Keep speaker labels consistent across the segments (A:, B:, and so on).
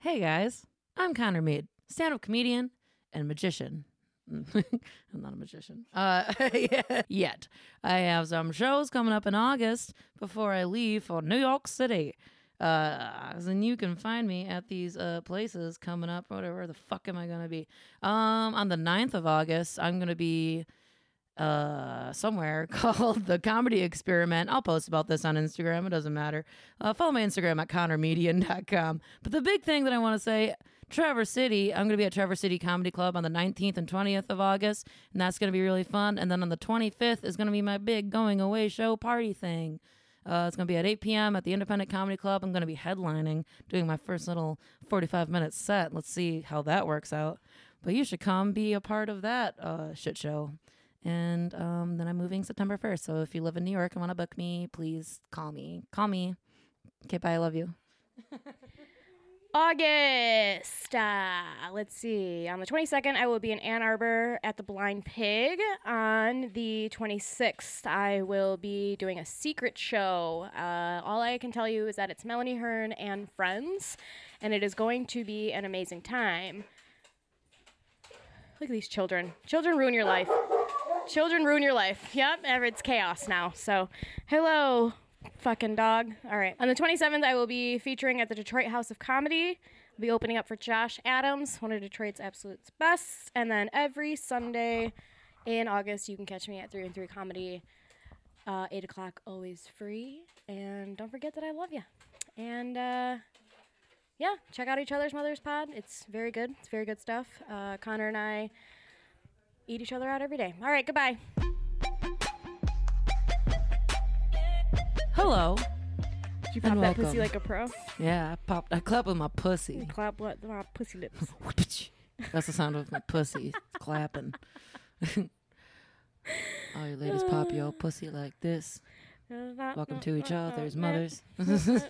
A: Hey guys, I'm Connor Mead, stand up comedian and magician. I'm not a magician uh, yet. I have some shows coming up in August before I leave for New York City. Uh, and you can find me at these uh, places coming up, whatever the fuck am I going to be? Um, on the 9th of August, I'm going to be uh, somewhere called the Comedy Experiment. I'll post about this on Instagram. It doesn't matter. Uh, follow my Instagram at connormedian.com. But the big thing that I want to say Traverse City, I'm going to be at Traverse City Comedy Club on the 19th and 20th of August, and that's going to be really fun. And then on the 25th is going to be my big going away show party thing. Uh, it's going to be at 8 p.m. at the Independent Comedy Club. I'm going to be headlining, doing my first little 45 minute set. Let's see how that works out. But you should come be a part of that uh, shit show. And um, then I'm moving September 1st. So if you live in New York and want to book me, please call me. Call me. Okay, bye. I love you.
B: August. Uh, let's see. On the 22nd, I will be in Ann Arbor at the Blind Pig. On the 26th, I will be doing a secret show. Uh, all I can tell you is that it's Melanie Hearn and friends, and it is going to be an amazing time. Look at these children. Children ruin your life. Children ruin your life. Yep, ev- it's chaos now. So, hello, fucking dog. All right. On the 27th, I will be featuring at the Detroit House of Comedy. I'll be opening up for Josh Adams, one of Detroit's absolute best. And then every Sunday in August, you can catch me at 3 and 3 Comedy. Uh, 8 o'clock, always free. And don't forget that I love you. And, uh, yeah, check out each other's mother's pod. It's very good. It's very good stuff. Uh, Connor and I eat each other out every day. All right, goodbye.
A: Hello.
B: Did you
A: pop
B: pop
A: And
B: that
A: that pussy welcome.
B: pussy like
A: like
B: a pro?
A: Yeah, I popped. I clap with my pussy.
B: Clap what? My pussy lips. Uh,
A: That's the sound of my pussy clapping. All you ladies pop your pussy like this. Welcome to each other's mothers.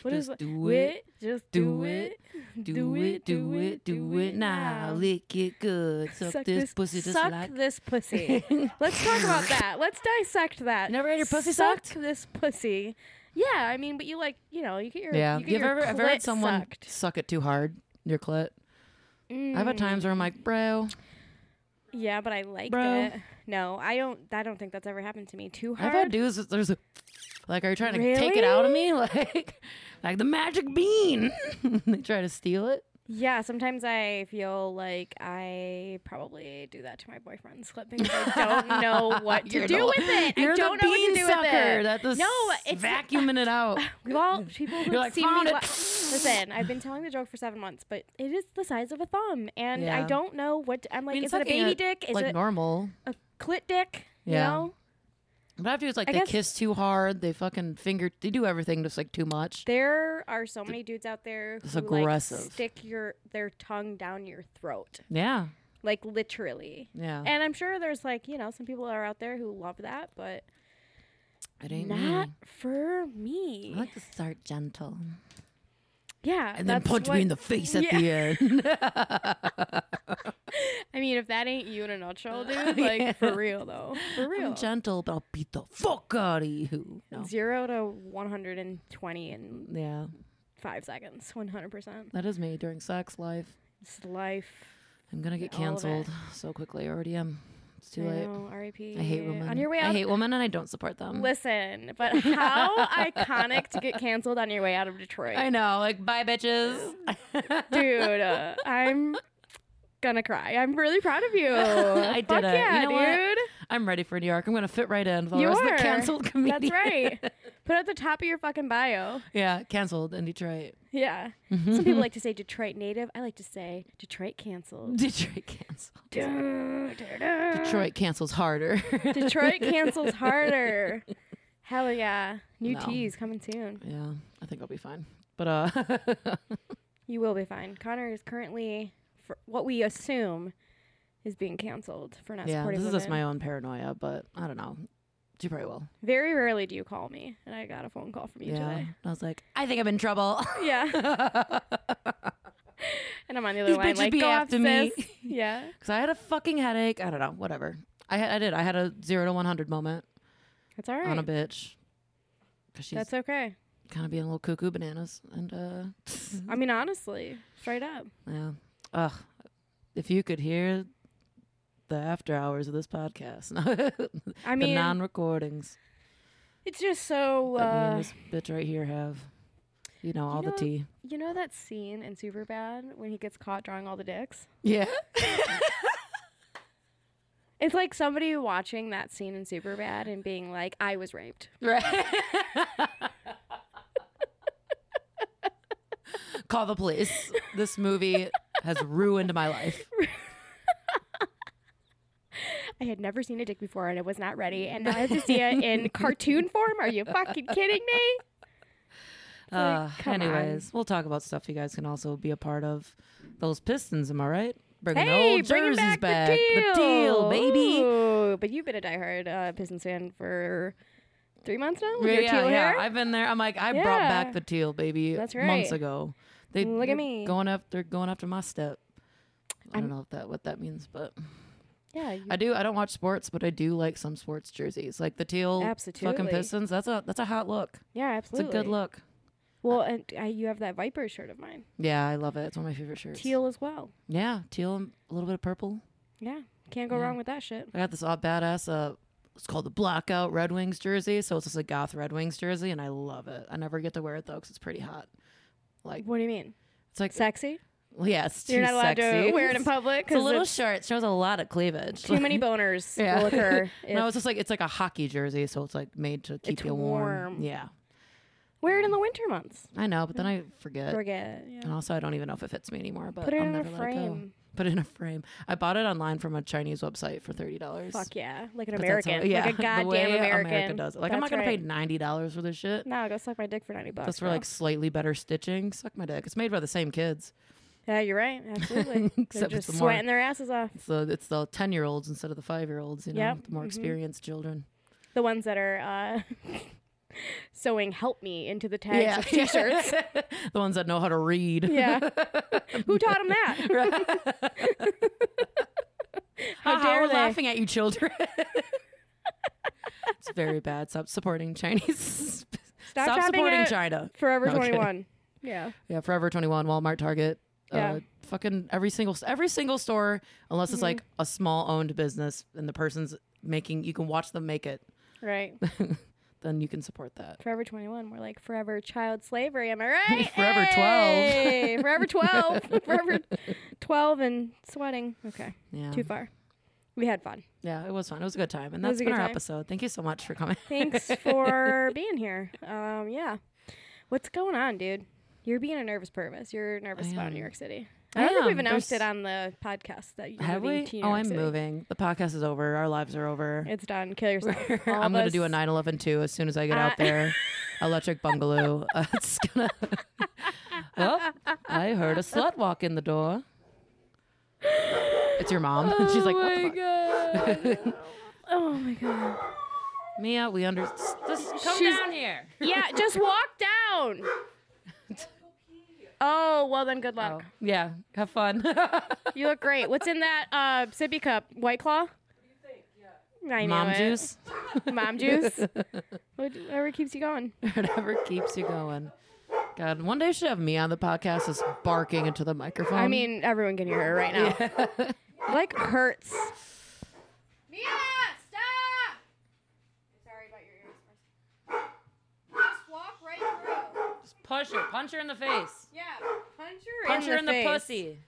B: What is
A: Just
B: what?
A: do it.
B: Just
A: Do it. Do it, do it, do it now. Lick it good. Suck, this, pussy just
B: suck
A: like.
B: this pussy. Let's talk about that. Let's dissect that.
A: You never had your pussy
B: suck
A: sucked?
B: this pussy. Yeah, I mean, but you like, you know, you get your
A: yeah.
B: You
A: You
B: get your
A: ever, ever
B: clit
A: heard someone
B: sucked. Mm.
A: suck it too hard? Your clit? I've had times where I'm like, bro,
B: Yeah, but I like
A: Bro.
B: it. No, I don't. I don't think that's ever happened to me too hard.
A: I've had dudes that there's a like are you trying to take it out of me? Like like the magic bean. they try to steal it.
B: Yeah, sometimes I feel like I probably do that to my boyfriend's clip because I don't know what to
A: You're
B: do
A: the-
B: with it.
A: You're
B: I don't
A: the
B: know what
A: bean
B: to do
A: sucker
B: with it.
A: that just
B: no, it's
A: vacuuming it out.
B: Well, people who've
A: You're like,
B: seen
A: "Found
B: me.
A: it."
B: Wa- listen, I've been telling the joke for seven months, but it is the size of a thumb, and I
A: Yeah.
B: don't know what to- I'm like.
A: mean,
B: is it a
A: sucking
B: baby
A: it,
B: dick? Is
A: like
B: it
A: normal.
B: a clit dick?
A: Yeah.
B: You know,
A: But after it's like
B: I
A: they
B: guess-
A: kiss too hard, they fucking finger they do everything just like too much.
B: there are so many dudes out there
A: It's
B: who
A: aggressive.
B: like stick your their tongue down your throat,
A: Yeah.
B: like literally.
A: Yeah.
B: And I'm sure there's like, you know, some people are out there who love that, but
A: It ain't
B: not
A: me.
B: for me.
A: I like to start gentle.
B: Yeah.
A: And then
B: that's
A: punch
B: what-
A: me in the face at
B: Yeah.
A: the end.
B: I mean, if that ain't you in a nutshell, dude, like for real though. For real.
A: I'm gentle, but I'll beat the fuck out of you. No.
B: Zero to 120 in
A: Yeah.
B: five seconds. 100%.
A: That is me during sex life.
B: It's life.
A: I'm gonna get
B: All of it.
A: canceled so quickly. I already am. It's too
B: I
A: late.
B: know, RIP.
A: I hate women.
B: On your way
A: I
B: out,
A: hate women, and I don't support them.
B: listen, but how iconic to get canceled on your way out of Detroit.
A: I know, like bye, bitches.
B: dude. Uh, I'm gonna cry. I'm really proud of you.
A: I
B: Fuck
A: did it. You
B: yeah,
A: know what?
B: dude.
A: I'm ready for New York. I'm gonna fit right in. with all The
B: You
A: rest of
B: are.
A: the canceled comedian.
B: That's right. Put it at the top of your fucking bio.
A: Yeah, canceled in Detroit.
B: Yeah. Some people like to say Detroit native. I like to say Detroit canceled.
A: Detroit canceled.
B: Dun, dun, dun.
A: Detroit cancels harder.
B: Detroit cancels harder. Hell yeah. New
A: No.
B: teas coming soon.
A: yeah, I think I'll be fine. But uh,
B: You will be fine. Connor is currently, for what we assume, is being canceled for not
A: yeah,
B: supporting
A: this is just
B: women.
A: my own paranoia. But I don't know. She probably will.
B: Very rarely do you call me, and I got a phone call from you
A: yeah.
B: today.
A: I was like, I think I'm in trouble.
B: Yeah. and I'm on the other
A: These
B: line
A: bitches
B: like,
A: be
B: go
A: after
B: off,
A: me."
B: sis. Yeah.
A: Because I had a fucking headache. I don't know. Whatever. I had, I did. I had a zero to one hundred moment
B: That's all right.
A: on a bitch. Cause she's
B: That's okay.
A: kind of being a little cuckoo bananas. And uh,
B: I mean, honestly, straight up.
A: yeah, ugh, if you could hear the after hours of this podcast,
B: I
A: the
B: mean,
A: non-recordings
B: it's just so.
A: that me
B: Uh,
A: and this bitch right here have, you know, all
B: know-
A: the tea.
B: you know that scene in Superbad when he gets caught drawing all the dicks?
A: Yeah.
B: It's like somebody watching that scene in Superbad and being like, "I was raped."
A: Right. Call the police. This movie has ruined my life.
B: I had never seen a dick before, and I was not ready, and now I have to see it in cartoon form. Are you fucking kidding me?
A: Uh,
B: Like, come on.
A: anyways, we'll talk about stuff you guys can also be a part of. Those Pistons, am I right? Bringing the
B: Hey,
A: old
B: bringing
A: jerseys
B: back,
A: back.
B: the teal,
A: baby.
B: Ooh, but you've been a diehard uh, Pistons fan for three months now. With
A: Yeah,
B: your
A: yeah,
B: teal
A: yeah.
B: hair.
A: I've been there. I'm like, I brought back
B: Yeah.
A: the teal, baby.
B: That's
A: Months
B: right.
A: ago. They
B: Look at
A: they're
B: me.
A: going after going after my step. I don't
B: I'm-
A: know if that what that means, but
B: yeah, you-
A: I do. I don't watch sports, but I do like some sports jerseys, like the teal fucking
B: Absolutely.
A: Pistons. That's a that's a hot look.
B: yeah,
A: It's a
B: absolutely.
A: good look.
B: Well, and I, you have that Viper shirt of mine,
A: Yeah, I love it. It's one of my favorite shirts.
B: teal as well.
A: Yeah, teal and a little bit of purple.
B: Yeah, can't go wrong with that shit.
A: I got this all badass. Uh, it's called the Blackout Red Wings jersey. So it's just a goth Red Wings jersey, and I love it. I never get to wear it though, 'cause it's pretty hot. Like
B: What do you mean?
A: it's like
B: Sexy?
A: yeah, it's too
B: You're not allowed
A: sexy.
B: to wear it in public
A: It's a
B: because
A: little short. It shows a lot of cleavage.
B: too many boners
A: Yeah.
B: will occur. if-
A: no, it's just like it's like a hockey jersey, so it's like made to keep
B: It's
A: you warm.
B: warm.
A: Yeah,
B: Wear it in the winter months.
A: I know, but then
B: Mm.
A: I forget.
B: Forget. Yeah.
A: And also, I don't even know if it fits me anymore. But
B: Put it
A: I'll
B: in a
A: never let it go.
B: frame.
A: Put it in a frame. I bought it online from a Chinese website for thirty dollars.
B: Fuck yeah, like an
A: But that's
B: American,
A: how- yeah,
B: like a
A: the
B: goddamn
A: way
B: American.
A: America does it. Like I'm not
B: That's
A: gonna
B: right.
A: pay ninety dollars for this shit.
B: No, go suck my dick for ninety bucks.
A: That's for
B: bro.
A: like slightly better stitching. Suck my dick. It's made by the same kids.
B: Yeah, you're right. Absolutely. They're
A: Except it's
B: just
A: more-
B: sweating their asses off.
A: So it's the ten year olds instead of the five year olds. You know,
B: Yep.
A: the more
B: Mhm.
A: experienced children.
B: The ones that are uh, sewing "Help Me" into the tags of T-shirts.
A: the ones that know how to read.
B: yeah. Who taught them that? How
A: Haha,
B: dare
A: we're
B: they?
A: laughing at you, children. it's very bad. Stop supporting Chinese.
B: Stop shopping
A: supporting
B: at
A: China.
B: Forever
A: No, I'm kidding.
B: 21. Yeah.
A: Yeah, Forever 21, Walmart, Target. Uh,
B: Yeah. Mm-hmm.
A: fucking every single every single store, unless it's like a small owned business and the person's making, you can watch them make it.
B: Right.
A: Then you can support that.
B: Forever 21. We're like forever child slavery. Am I right?
A: Forever 12.
B: Hey, forever 12. forever 12 and sweating. Okay.
A: Yeah,
B: Too far. We had fun.
A: yeah, it was fun. It was a good time, and
B: It was
A: that's
B: a
A: been
B: good
A: our
B: time.
A: episode. Thank you so much for coming.
B: Thanks for being here. Um, yeah. What's going on, dude? You're being a nervous purpose. You're nervous
A: I
B: about
A: am.
B: New York City.
A: I
B: I don't think
A: am.
B: we've announced
A: There's-
B: it on the podcast that you're
A: Have
B: moving
A: we?
B: to New
A: Oh,
B: York
A: I'm
B: City.
A: moving. The podcast is over. Our lives are over.
B: It's done. Kill yourself. All
A: I'm
B: of
A: gonna do a
B: us-
A: 911 too as soon as I get out
B: Uh,
A: there. Electric bungalow. Uh, it's gonna. oh, I heard a slut walk in the door. It's your mom. She's like, what the fuck?
B: Oh god. oh my god.
A: Mia, we under. s- Just come
B: She's-
A: down here.
B: Yeah, just walk down. Oh, well then good
A: Oh,
B: luck.
A: yeah, have fun.
B: You look great. What's in that uh sippy cup? White claw? I knew
A: Mom
B: it.
A: juice.
B: Mom juice. Whatever keeps you going.
A: Whatever keeps you going. God, one day you should have me on the podcast just barking into the microphone.
B: I mean, everyone can hear her right now. like hurts. Mia, stop! Sorry about your ears. Just walk right through.
A: just push her, punch her in the face,
B: Yeah, punch her
A: punch
B: in
A: her
B: the
A: in the
B: face.
A: pussy.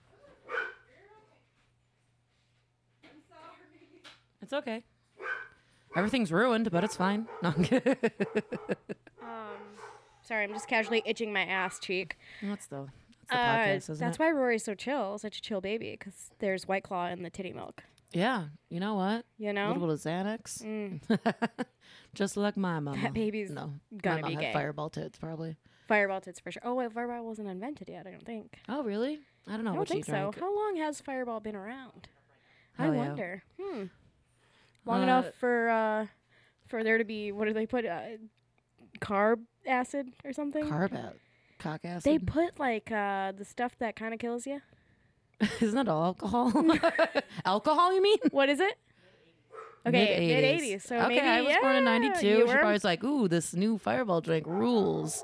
A: It's okay. Everything's ruined, but it's fine. No, I'm kidding.
B: Sorry, I'm just casually itching my ass cheek.
A: that's the, that's the
B: Uh,
A: podcast, isn't
B: that's
A: it?
B: why Rory's so chill, such a chill baby, because there's White Claw in the titty milk.
A: yeah, you know what?
B: You
A: A
B: know?
A: little bit of Xanax. Just like my mama.
B: Mm. That baby's
A: no,
B: gonna
A: my mom
B: be
A: had
B: gay.
A: fireball tits probably.
B: Fireball tits for sure. Oh, wait, Fireball wasn't invented yet, I don't think.
A: Oh really? I don't know
B: I
A: what
B: don't think
A: she
B: so.
A: drank.
B: How long has Fireball been around? I
A: Hell yeah.
B: wonder. Hmm. Long
A: Uh,
B: enough for uh, for there to be what do they put? Uh, carb acid or something?
A: Carb at cock acid.
B: They put like uh, the stuff that kind of kills you.
A: Isn't that all alcohol? alcohol, you mean?
B: What is it? Okay, mid eighties. So
A: okay,
B: maybe,
A: I was born in
B: yeah,
A: ninety
B: you
A: two. She
B: were?
A: probably was like, "Ooh, this new Fireball drink rules."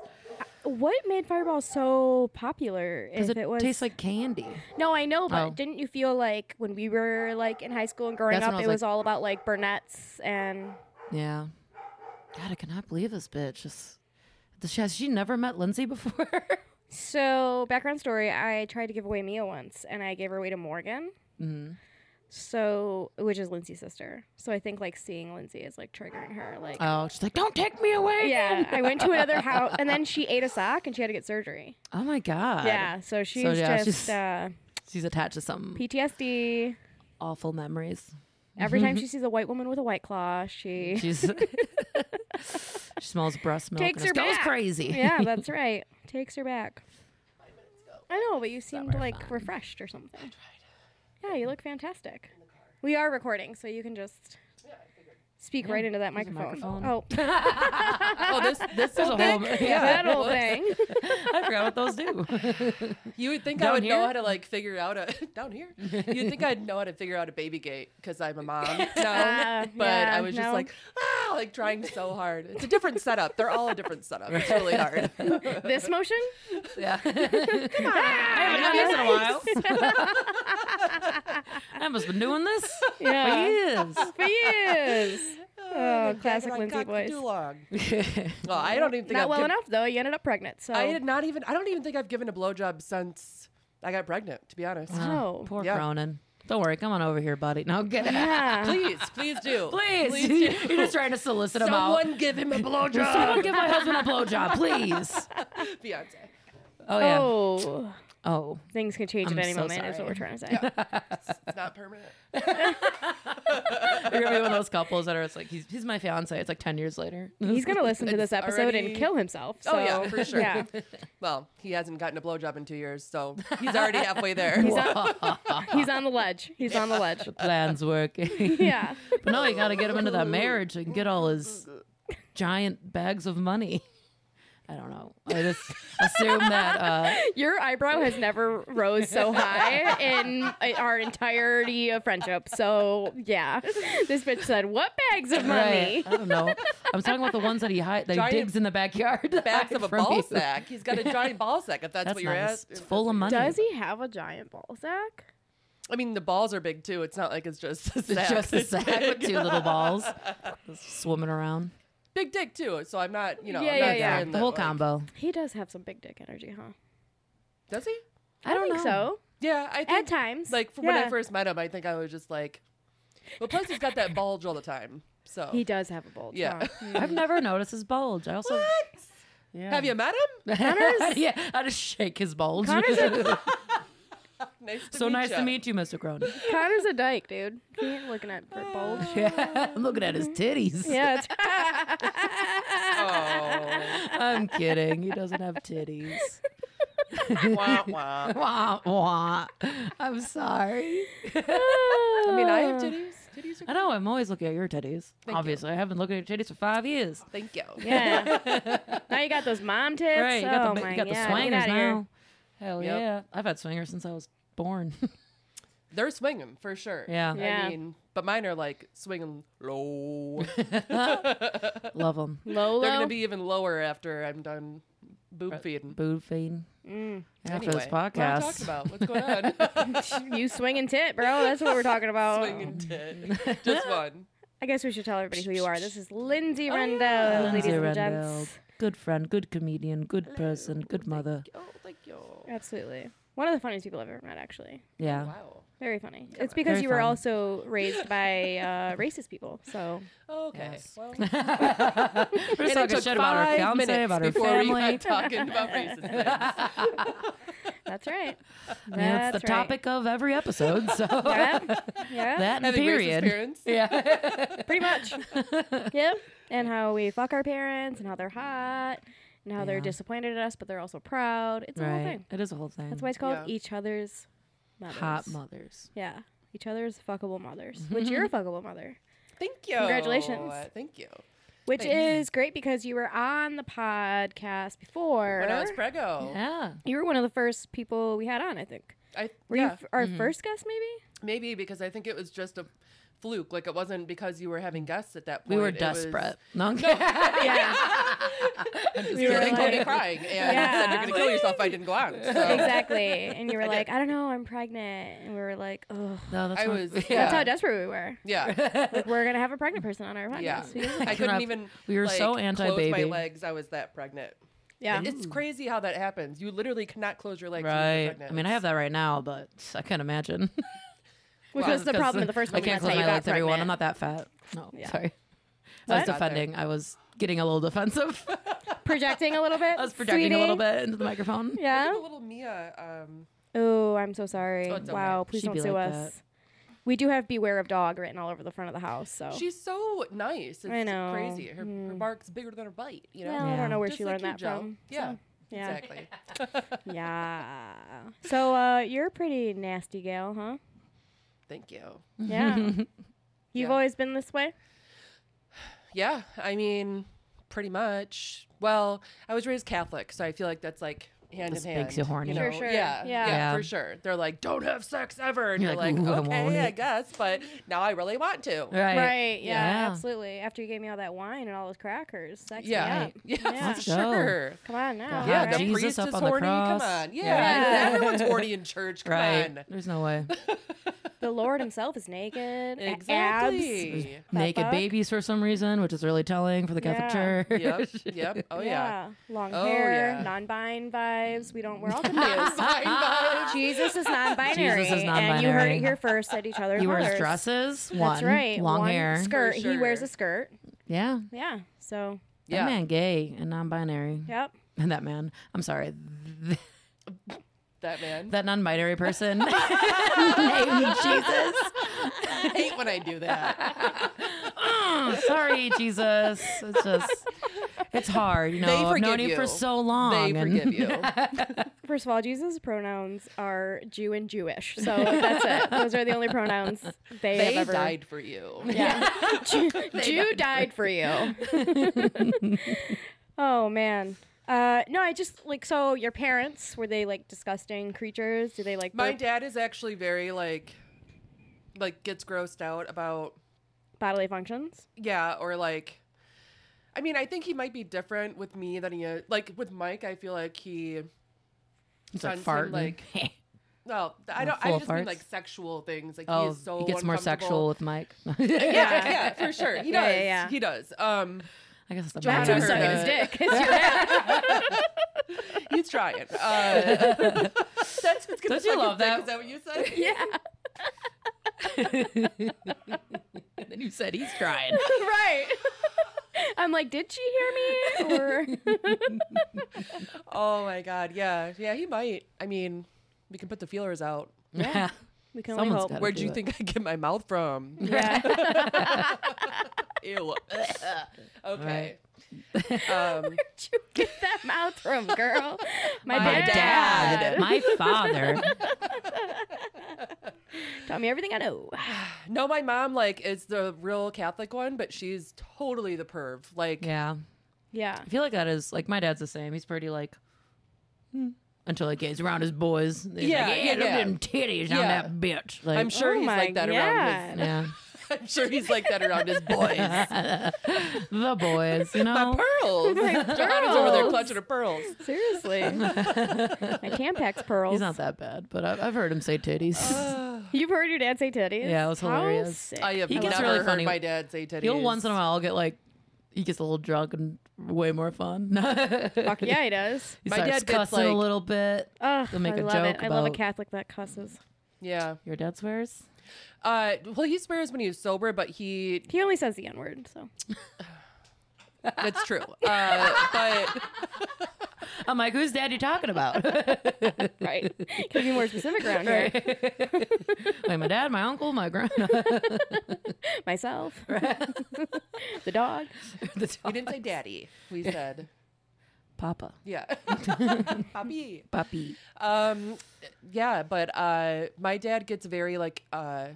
B: What made Fireball so popular?
A: Because
B: If
A: it,
B: it, was
A: tastes like candy.
B: no, I know, but
A: Oh.
B: didn't you feel like when we were like in high school and growing
A: That's
B: up,
A: when I
B: it
A: was
B: was all about like Burnett's and
A: Yeah. God, I cannot believe this bitch. Just, does she, has she never met Lindsay before?
B: so background story. I tried to give away Mia once, and I gave her away to Morgan.
A: mm.
B: So, which is Lindsay's sister. So I think like seeing Lindsay is like triggering her. Like,
A: Oh, she's like, don't take me away.
B: yeah,
A: again."
B: I went to another house, and then she ate a sock, and she had to get surgery.
A: oh my God.
B: Yeah, so she's
A: yeah,
B: just
A: she's-
B: uh,
A: She's attached to some
B: PTSD.
A: awful memories.
B: Every time she sees a white woman with a white claw, she
A: She's she smells breast milk.
B: Takes
A: and
B: her
A: just goes
B: back.
A: crazy.
B: yeah, that's right. Takes her back. I know, but you seemed
A: Summer
B: like
A: fun.
B: refreshed or something. Yeah, you look fantastic. We are recording, so you can just speak right into that
A: there's a
B: microphone.
A: microphone.
B: Oh,
A: oh, this this is a whole
B: that old thing.
A: I forgot what those do.
C: You would think
A: Down
C: I would
A: here?
C: know how to like figure out a down here. You'd think I'd know how to figure out a baby gate because I'm a mom. No,
B: Ah,
C: but
B: yeah,
C: I was just
B: no.
C: like ah, like trying so hard. It's a different setup. They're all a different setup. It's really hard.
B: This motion?
C: yeah.
A: I haven't done this in a while. I must have been doing this
B: Yeah.
A: for
B: For years. Oh,
A: Oh,
C: The jacket
B: classic
C: I
B: Lindsay
C: cocked
B: voice.
C: Too long.
A: years.
C: Well, I don't even think
B: Not
C: I've
B: well
C: giv-
B: enough though. You ended up pregnant. So
C: I did not even. I don't even think I've given a blowjob since I got pregnant. To be honest.
B: Oh.
A: poor
C: Yeah.
A: Cronin. Don't worry, come on over here, buddy. No, get out.
B: yeah.
C: Please, please do.
A: Please,
C: do.
A: you're just trying to solicit him out.
C: Someone give him a blowjob.
A: Someone give my husband a blowjob, please.
C: Beyonce.
A: Oh yeah. Oh,
B: Oh, things can change
A: I'm
B: at any
A: so
B: moment. Is what we're trying to say.
C: It's not permanent.
A: you're gonna be one of those couples that are. It's like he's he's my fiance. It's like ten years later.
B: He's gonna listen to this
C: It's
B: episode and
C: already-
B: kill himself. So.
C: Oh, yeah, for sure.
B: Yeah.
C: Well, he hasn't gotten a blowjob in two years, so he's already halfway there.
B: He's on, he's on the ledge. He's on the ledge.
A: the plan's working.
B: Yeah.
A: But no, you got to get him into that marriage and get all his giant bags of money. I don't know. I just assume that. Uh,
B: Your eyebrow has never rose so high in uh, our entirety of friendship. So, yeah. This bitch said, What bags of money?
A: right, I don't know. I'm talking about the ones that he hide, that
C: Giant
A: he digs in the backyard. to
C: Backs
A: hide
C: of a
A: from
C: ball
A: you.
C: sack. He's got a giant ball sack. If that's,
A: That's
C: what you're
A: nice.
C: asking.
A: It's full of money.
B: Does he have a giant ball sack?
C: I mean, the balls are big too. It's not like it's just a
A: It's
C: sack.
A: just a sack with
C: big.
A: two little balls swimming around.
C: Big dick too. So I'm not, you know,
B: Yeah,
C: I'm
B: yeah,
C: not
B: yeah.
C: saying
A: the whole
C: that, like-
A: combo.
B: He does have some big dick energy, huh?
C: Does he?
A: I don't
B: think
A: know.
B: so.
C: Yeah, I
B: At
C: think.
B: times.
C: Like from when
B: Yeah.
C: I first met him, I think I was just like. Well, plus he's got that bulge all the time. So
B: He does have a bulge.
C: Yeah.
B: huh?
A: I've never noticed his bulge. I also Yeah.
C: have you met him?
A: Connor's? yeah, I just shake his bulge.
B: Connor's a,
C: Nice to
A: so
C: meet
A: nice
C: ya.
A: to meet you, Mr. Cronin.
B: Connor's a dyke, dude. He ain't looking at for bulge.
A: Yeah, I'm looking at his titties.
B: Yeah. It's,
C: Oh,
A: I'm kidding. He doesn't have titties.
C: wah, wah.
A: Wah, wah. I'm sorry.
C: I mean, I have titties. Titties
A: I
C: are.
A: know. I'm always looking at your titties. Obviously, I haven't looked at your titties for five years.
C: Thank you.
B: Oh, Yeah. now you got those mom tips.
A: right? You got
B: oh
A: the,
B: my
A: you got the
B: God,
A: swingers
B: get outta here.
A: now. Hell
C: Yep.
A: yeah! I've had swingers since I was born.
C: They're swinging for sure.
A: Yeah.
B: Yeah.
C: I mean, but mine are like swinging low.
A: Love them.
B: Lolo.
C: They're gonna be even lower after I'm done boob feeding.
A: Food fiend.
B: Mm.
A: After Uh, this
C: Anyway, What are we talking
A: podcast,
C: about? What's going on?
B: you swinging tit, bro. That's what we're talking
A: Oh.
B: about.
C: Swinging tit. Just one.
B: I guess we should tell everybody who you are. This is Lindsay
C: Oh,
B: Rendell, ladies
A: Lindsay
B: and
A: Rendell,
B: gents.
A: good friend, good comedian, good person, good mother.
C: Oh, thank you. Oh,
B: Absolutely. One of the funniest people I've ever met, actually.
A: Yeah.
C: Wow.
B: Very funny. It's because
A: Very
B: you were
A: fun.
B: also raised by uh, racist people. So
C: Oh, Okay.
A: Yes.
C: Well,
A: We're
C: and it
A: talking
C: took
A: shit about her
C: five
A: fiance,
C: minutes
A: about her
C: before we
A: family.
C: got talking about racist things.
B: that's right.
A: I mean, that's, the
B: right.
A: topic of every episode. So
B: Yep. Yeah.
A: that and
C: Having
A: period.
C: racist parents.
A: Yeah.
B: Pretty much. yep. And how we fuck our parents and how they're hot and how they're
A: Yeah.
B: disappointed at us, but they're also proud. It's a whole
A: Right.
B: thing.
A: It is a whole thing.
B: That's why it's called
C: Yeah.
B: each other's mothers.
A: hot mothers.
B: Yeah. Each other's fuckable mothers, which you're a
A: Mm-hmm.
B: fuckable mother,
C: Thank you.
B: Congratulations.
C: Thank you.
B: which
C: Thanks.
B: is great because you were on the podcast before.
C: When I was prego,
A: Yeah.
B: you were one of the first people we had on, I think.
C: I
B: Were
A: Mm-hmm.
C: yeah,
B: you f- our first guest, maybe?
C: maybe because I think it was just a fluke. Like it wasn't because you were having guests at that
A: We
C: point.
A: were
C: It was-
A: desperate. No, I'm
C: No,
A: kidding.
B: yeah,
C: I'm just
B: We were
C: kidding.
B: like-
C: Called me crying and said you're
B: Yeah.
C: gonna kill yourself if I didn't go on. So.
B: exactly. And you were like, I don't know, I'm pregnant. And we were like, oh.
A: No, that's
C: I
A: not-
C: was.
B: That's how
C: Yeah.
B: desperate we were.
C: Yeah.
B: Like, we're going to have a pregnant person on our podcast.
C: Yeah.
B: We did it.
C: I
A: We're
C: couldn't
A: not-
C: even.
A: we were so
C: like,
A: anti-baby.
C: Close my legs. I was that pregnant.
B: yeah.
C: It's crazy how that happens. You literally cannot close your legs. when you're
A: Right.
C: pregnant.
A: I mean, I have that right now, but I can't imagine.
B: Which
A: Well,
B: was the
A: because
B: problem in the first
A: I
B: place.
A: can't
B: That's
A: close
B: how you
A: my
B: got
A: legs, everyone. I'm
B: pregnant.
A: not that fat. No,
B: Yeah.
A: sorry. I was
B: What?
A: defending. I was getting a little defensive.
B: projecting a little bit.
A: I was projecting a little bit into the microphone.
B: Yeah.
C: Look at little Mia. Um,
B: Oh, I'm so sorry.
C: Oh, it's okay.
B: Wow, please
A: She'd
B: don't
A: be
B: sue
A: like
B: us. We do have "Beware of Dog" written all over the front of the house, so
C: she's so nice. It's
B: I know.
C: Crazy. Her, her
B: Mm.
C: bark's bigger than her bite. You know.
B: well, I
A: Yeah.
B: don't know where
C: Just
B: she
C: like
B: learned that
C: you, Joe.
B: from.
C: Yeah.
B: Yeah,
C: Exactly.
B: yeah. So uh, you're a pretty nasty gal, huh?
C: Thank you.
B: Yeah. You've
C: Yeah.
B: always been this way.
C: Yeah, I mean, pretty much. Well, I was raised Catholic, so I feel like that's like hand
A: This
C: in hand.
A: makes you horny.
B: Sure,
C: know?
B: sure. Yeah.
C: Yeah, yeah,
A: Yeah.
C: for sure. They're like, don't have sex ever, and
A: You're
C: you're,
A: like,
C: like,
A: "Ooh, I won't."
C: okay, I guess, but now I really want to.
A: Right.
B: Yeah,
A: Yeah.
B: Absolutely. After you gave me all that wine and all those crackers, sex me
C: Yeah,
B: up.
C: yeah,
B: Yeah.
C: for
A: Let's go.
C: sure.
B: Come on now.
A: God,
C: Yeah,
B: all
C: the
A: Jesus
C: priest
A: up
C: is
A: on the
C: horny.
A: cross.
C: Come on, yeah,
B: Yeah.
C: everyone's horny in church. Come
A: Right.
C: on,
A: There's no way.
B: The Lord Himself is naked. A- Abs.
C: exactly.
B: The
A: Naked
B: fuck?
A: babies for some reason, which is really telling for the Catholic
B: Yeah.
A: Church.
C: yep, yep. Oh yeah.
B: Long
C: Oh,
B: hair,
C: yeah.
B: non-bind vibes. We don't. We're all confused.
C: Fine, bye.
B: Jesus is non-binary,
A: Jesus is
B: and you heard
A: non-binary.
B: it here first at each other.
A: He wears
B: Colors.
A: dresses. One.
B: That's right.
A: Long
B: One
A: hair.
B: Skirt.
C: For
B: He wears
C: sure.
B: a skirt.
A: Yeah.
B: Yeah. So.
A: That
C: Yeah,
A: man gay and non-binary.
B: Yep.
A: And that man. I'm sorry. th-
C: that man.
A: that non-binary person named Jesus.
C: I hate when I do that.
A: Oh, sorry, Jesus. It's just, it's hard. You know,
C: They
A: I've known
C: forgive
A: you for
C: you.
A: so long.
C: They forgive
A: and
C: you.
B: First of all, Jesus' pronouns are Jew and Jewish. So that's it. Those are the only pronouns they,
C: They
B: have ever.
C: died for you.
B: Yeah. Jew, Jew died for you. oh man. Uh, no, I just like so. Your parents were they like disgusting creatures? Do they like?
C: My
B: burp,
C: dad is actually very like, like gets grossed out about
B: bodily functions.
C: yeah or like, I mean I think he might be different with me than he is like with Mike. I feel like he
A: It's like
C: Sounds
A: farting.
C: like- well I
A: Like
C: don't I
A: full
C: just
A: farts?
C: mean like sexual things like
A: oh,
C: he's so
A: he gets more sexual
C: uncomfortable.
A: with Mike.
C: Yeah, yeah, for sure. He
B: Yeah,
C: does.
B: yeah, yeah.
C: He does. Um,
A: I guess it's the
C: John
B: That's
C: John's
A: man
B: who's
C: heard
B: sucking
C: of
B: his
C: it.
B: dick. It's your dad.
C: he's trying. Uh, that's what's gonna
A: Don't you
C: suck his
A: love
C: dick,
A: that?
C: Is that what you said?
B: yeah.
A: And then you said he's trying.
B: right. I'm like, did she hear me? Or
C: Oh my god. Yeah. Yeah. He might. I mean, we can put the feelers out.
A: Yeah.
B: we can
A: Someone's
B: only
A: gotta-
B: hope.
C: Where'd
A: do
C: you
A: it.
C: think I get my mouth from?
B: Yeah.
C: Ew. okay. Um,
B: Where'd you get that mouth from, girl? My,
A: My
B: dad.
A: dad. My father.
B: Taught me everything I know.
C: no, my mom like is the real Catholic one, but she's totally the perv. Like,
A: Yeah.
B: Yeah.
A: I feel like that is like my dad's the same. He's pretty like hmm, until he gets around his boys. He's
C: Yeah,
A: like, yeah,
C: yeah,
A: them
C: yeah.
A: damn titties on
C: Yeah.
A: that bitch. Like,
C: I'm sure
B: Oh
C: he's
B: my
C: like that around his.
A: yeah,
C: I'm sure he's like that around his boys.
A: the boys. You know,
C: My pearls. Johanna's over there
B: pearls.
C: clutching her pearls.
B: Seriously. My Tampax pearls.
A: He's not that bad, but I've, I've heard him say titties.
B: You've heard your dad say titties?
A: Yeah, it was
B: How
A: hilarious.
B: sick.
C: I have
A: He
C: never
A: gets really
C: heard
A: funny.
C: my dad say teddy.
A: He'll once in a while get like he gets a little drunk and way more fun.
B: Fuck yeah, he does.
A: he
C: My
A: starts
C: dad gets,
A: cussing a
C: like-
A: little bit.
B: Oh,
A: They'll make
B: I
A: a
B: love it.
A: joke
B: I love a
A: about-
B: Catholic that cusses.
C: Yeah.
A: Your dad swears.
C: Uh, well, he swears when he's sober, but he
B: He only says the N word, so.
C: That's true. Uh, but
A: I'm like, whose dad you talking about?
B: Right. Can be more specific around here.
A: like my dad, my uncle, my grand.
B: Myself. the dog.
A: the
C: we
A: dog.
C: didn't say daddy. We said,
A: Papa,
C: yeah. Papi.
A: puppy.
C: Um, yeah, but uh, my dad gets very like uh,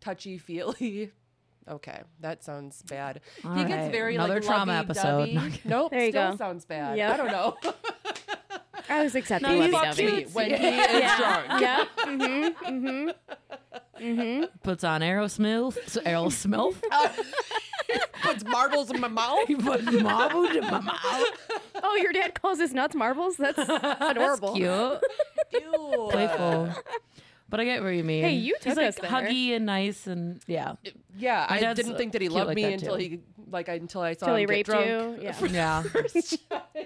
C: touchy feely. Okay, that sounds bad. he
A: right,
C: gets very
A: another
C: like
A: trauma
C: lovey-dovey.
A: episode.
C: Nope,
B: There you
C: still
B: go.
C: sounds bad.
B: Yep.
C: I don't know.
B: I was accepting
A: No,
B: no,
A: he's
C: Fuck
A: cute.
C: me when he is drunk.
B: Yeah. Mm-hmm. Mm-hmm. Mm-hmm.
A: Puts on Aerosmith. Aerosmith.
C: Puts marbles in my mouth.
A: He put marble in my mouth.
B: Oh, your dad calls his nuts marbles? That's adorable.
A: Cute.
C: Ew.
A: Playful. But I get what you mean.
B: Hey, you
A: He's
B: took
A: like
B: us there.
A: huggy and nice and yeah.
C: Yeah,
A: My
C: I
A: dad's,
C: didn't think that he
A: cute
C: loved
A: like
C: me
A: that,
C: until
A: too.
C: he like I until I saw
B: Till
C: him
B: he
C: get
B: raped
C: drunk.
B: you. Yeah.
A: Yeah.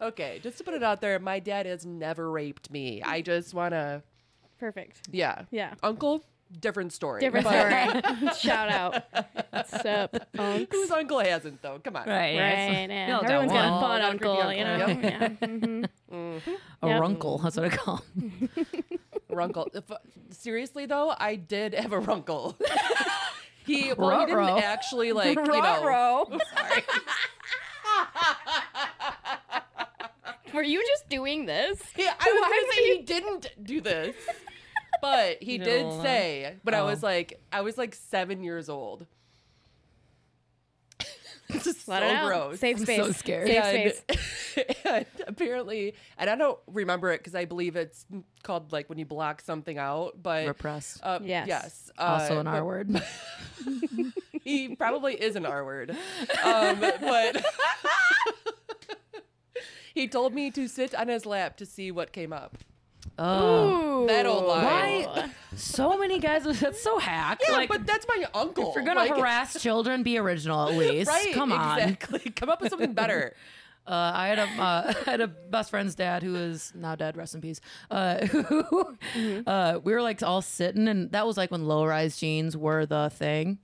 C: Okay, just to put it out there, my dad has never raped me. I just wanna,
B: Perfect.
C: yeah,
B: Yeah.
C: Uncle, different story.
B: Different
C: But
B: story. Shout out. What's up, unks?
C: Whose uncle hasn't though? Come on.
A: Right.
B: Right.
A: We all
B: Yeah.
A: got
B: Everyone's got
A: one.
B: a fun
C: One creepy
B: uncle, you know?
C: uncle.
B: Yeah. Mhm.
A: A
B: Yep.
A: runkle. That's what I call him.
C: Runkle. If, uh, seriously though, I did have a runkle. he, well, he
A: Ruh-roh.
C: didn't actually like you know.
B: Ruh-roh. Were you just doing this?
C: He, I was gonna say he didn't do this, but he
A: No,
C: did
A: uh,
C: say. But I
A: oh.
C: was like, I was like seven years old. this is
B: Let it
C: so
B: out.
C: gross.
B: Safe
A: I'm
B: space.
A: so scared.
B: Safe
C: and,
B: space.
C: and apparently, and I don't remember it because I believe it's called like when you block something out, but
A: Repressed.
C: Uh,
B: Yes.
C: yes.
A: also
C: uh,
A: an
C: but
A: R word.
C: He probably is an R word, um, but he told me to sit on his lap to see what came up.
A: Oh.
C: Um, That old line.
A: Why? So many guys. That's so hack.
C: Yeah,
A: like,
C: but that's Oh my uncle.
A: if you're gonna
C: Like,
A: harass children, be original at least.
C: Right?
A: Come on.
C: Exactly. Come up with something better.
A: Uh, I had a uh, I had a best friend's dad who is now dead. Rest in peace. Uh, who,
C: Mm-hmm.
A: uh, we were like all sitting, and that was like when low rise jeans were the thing.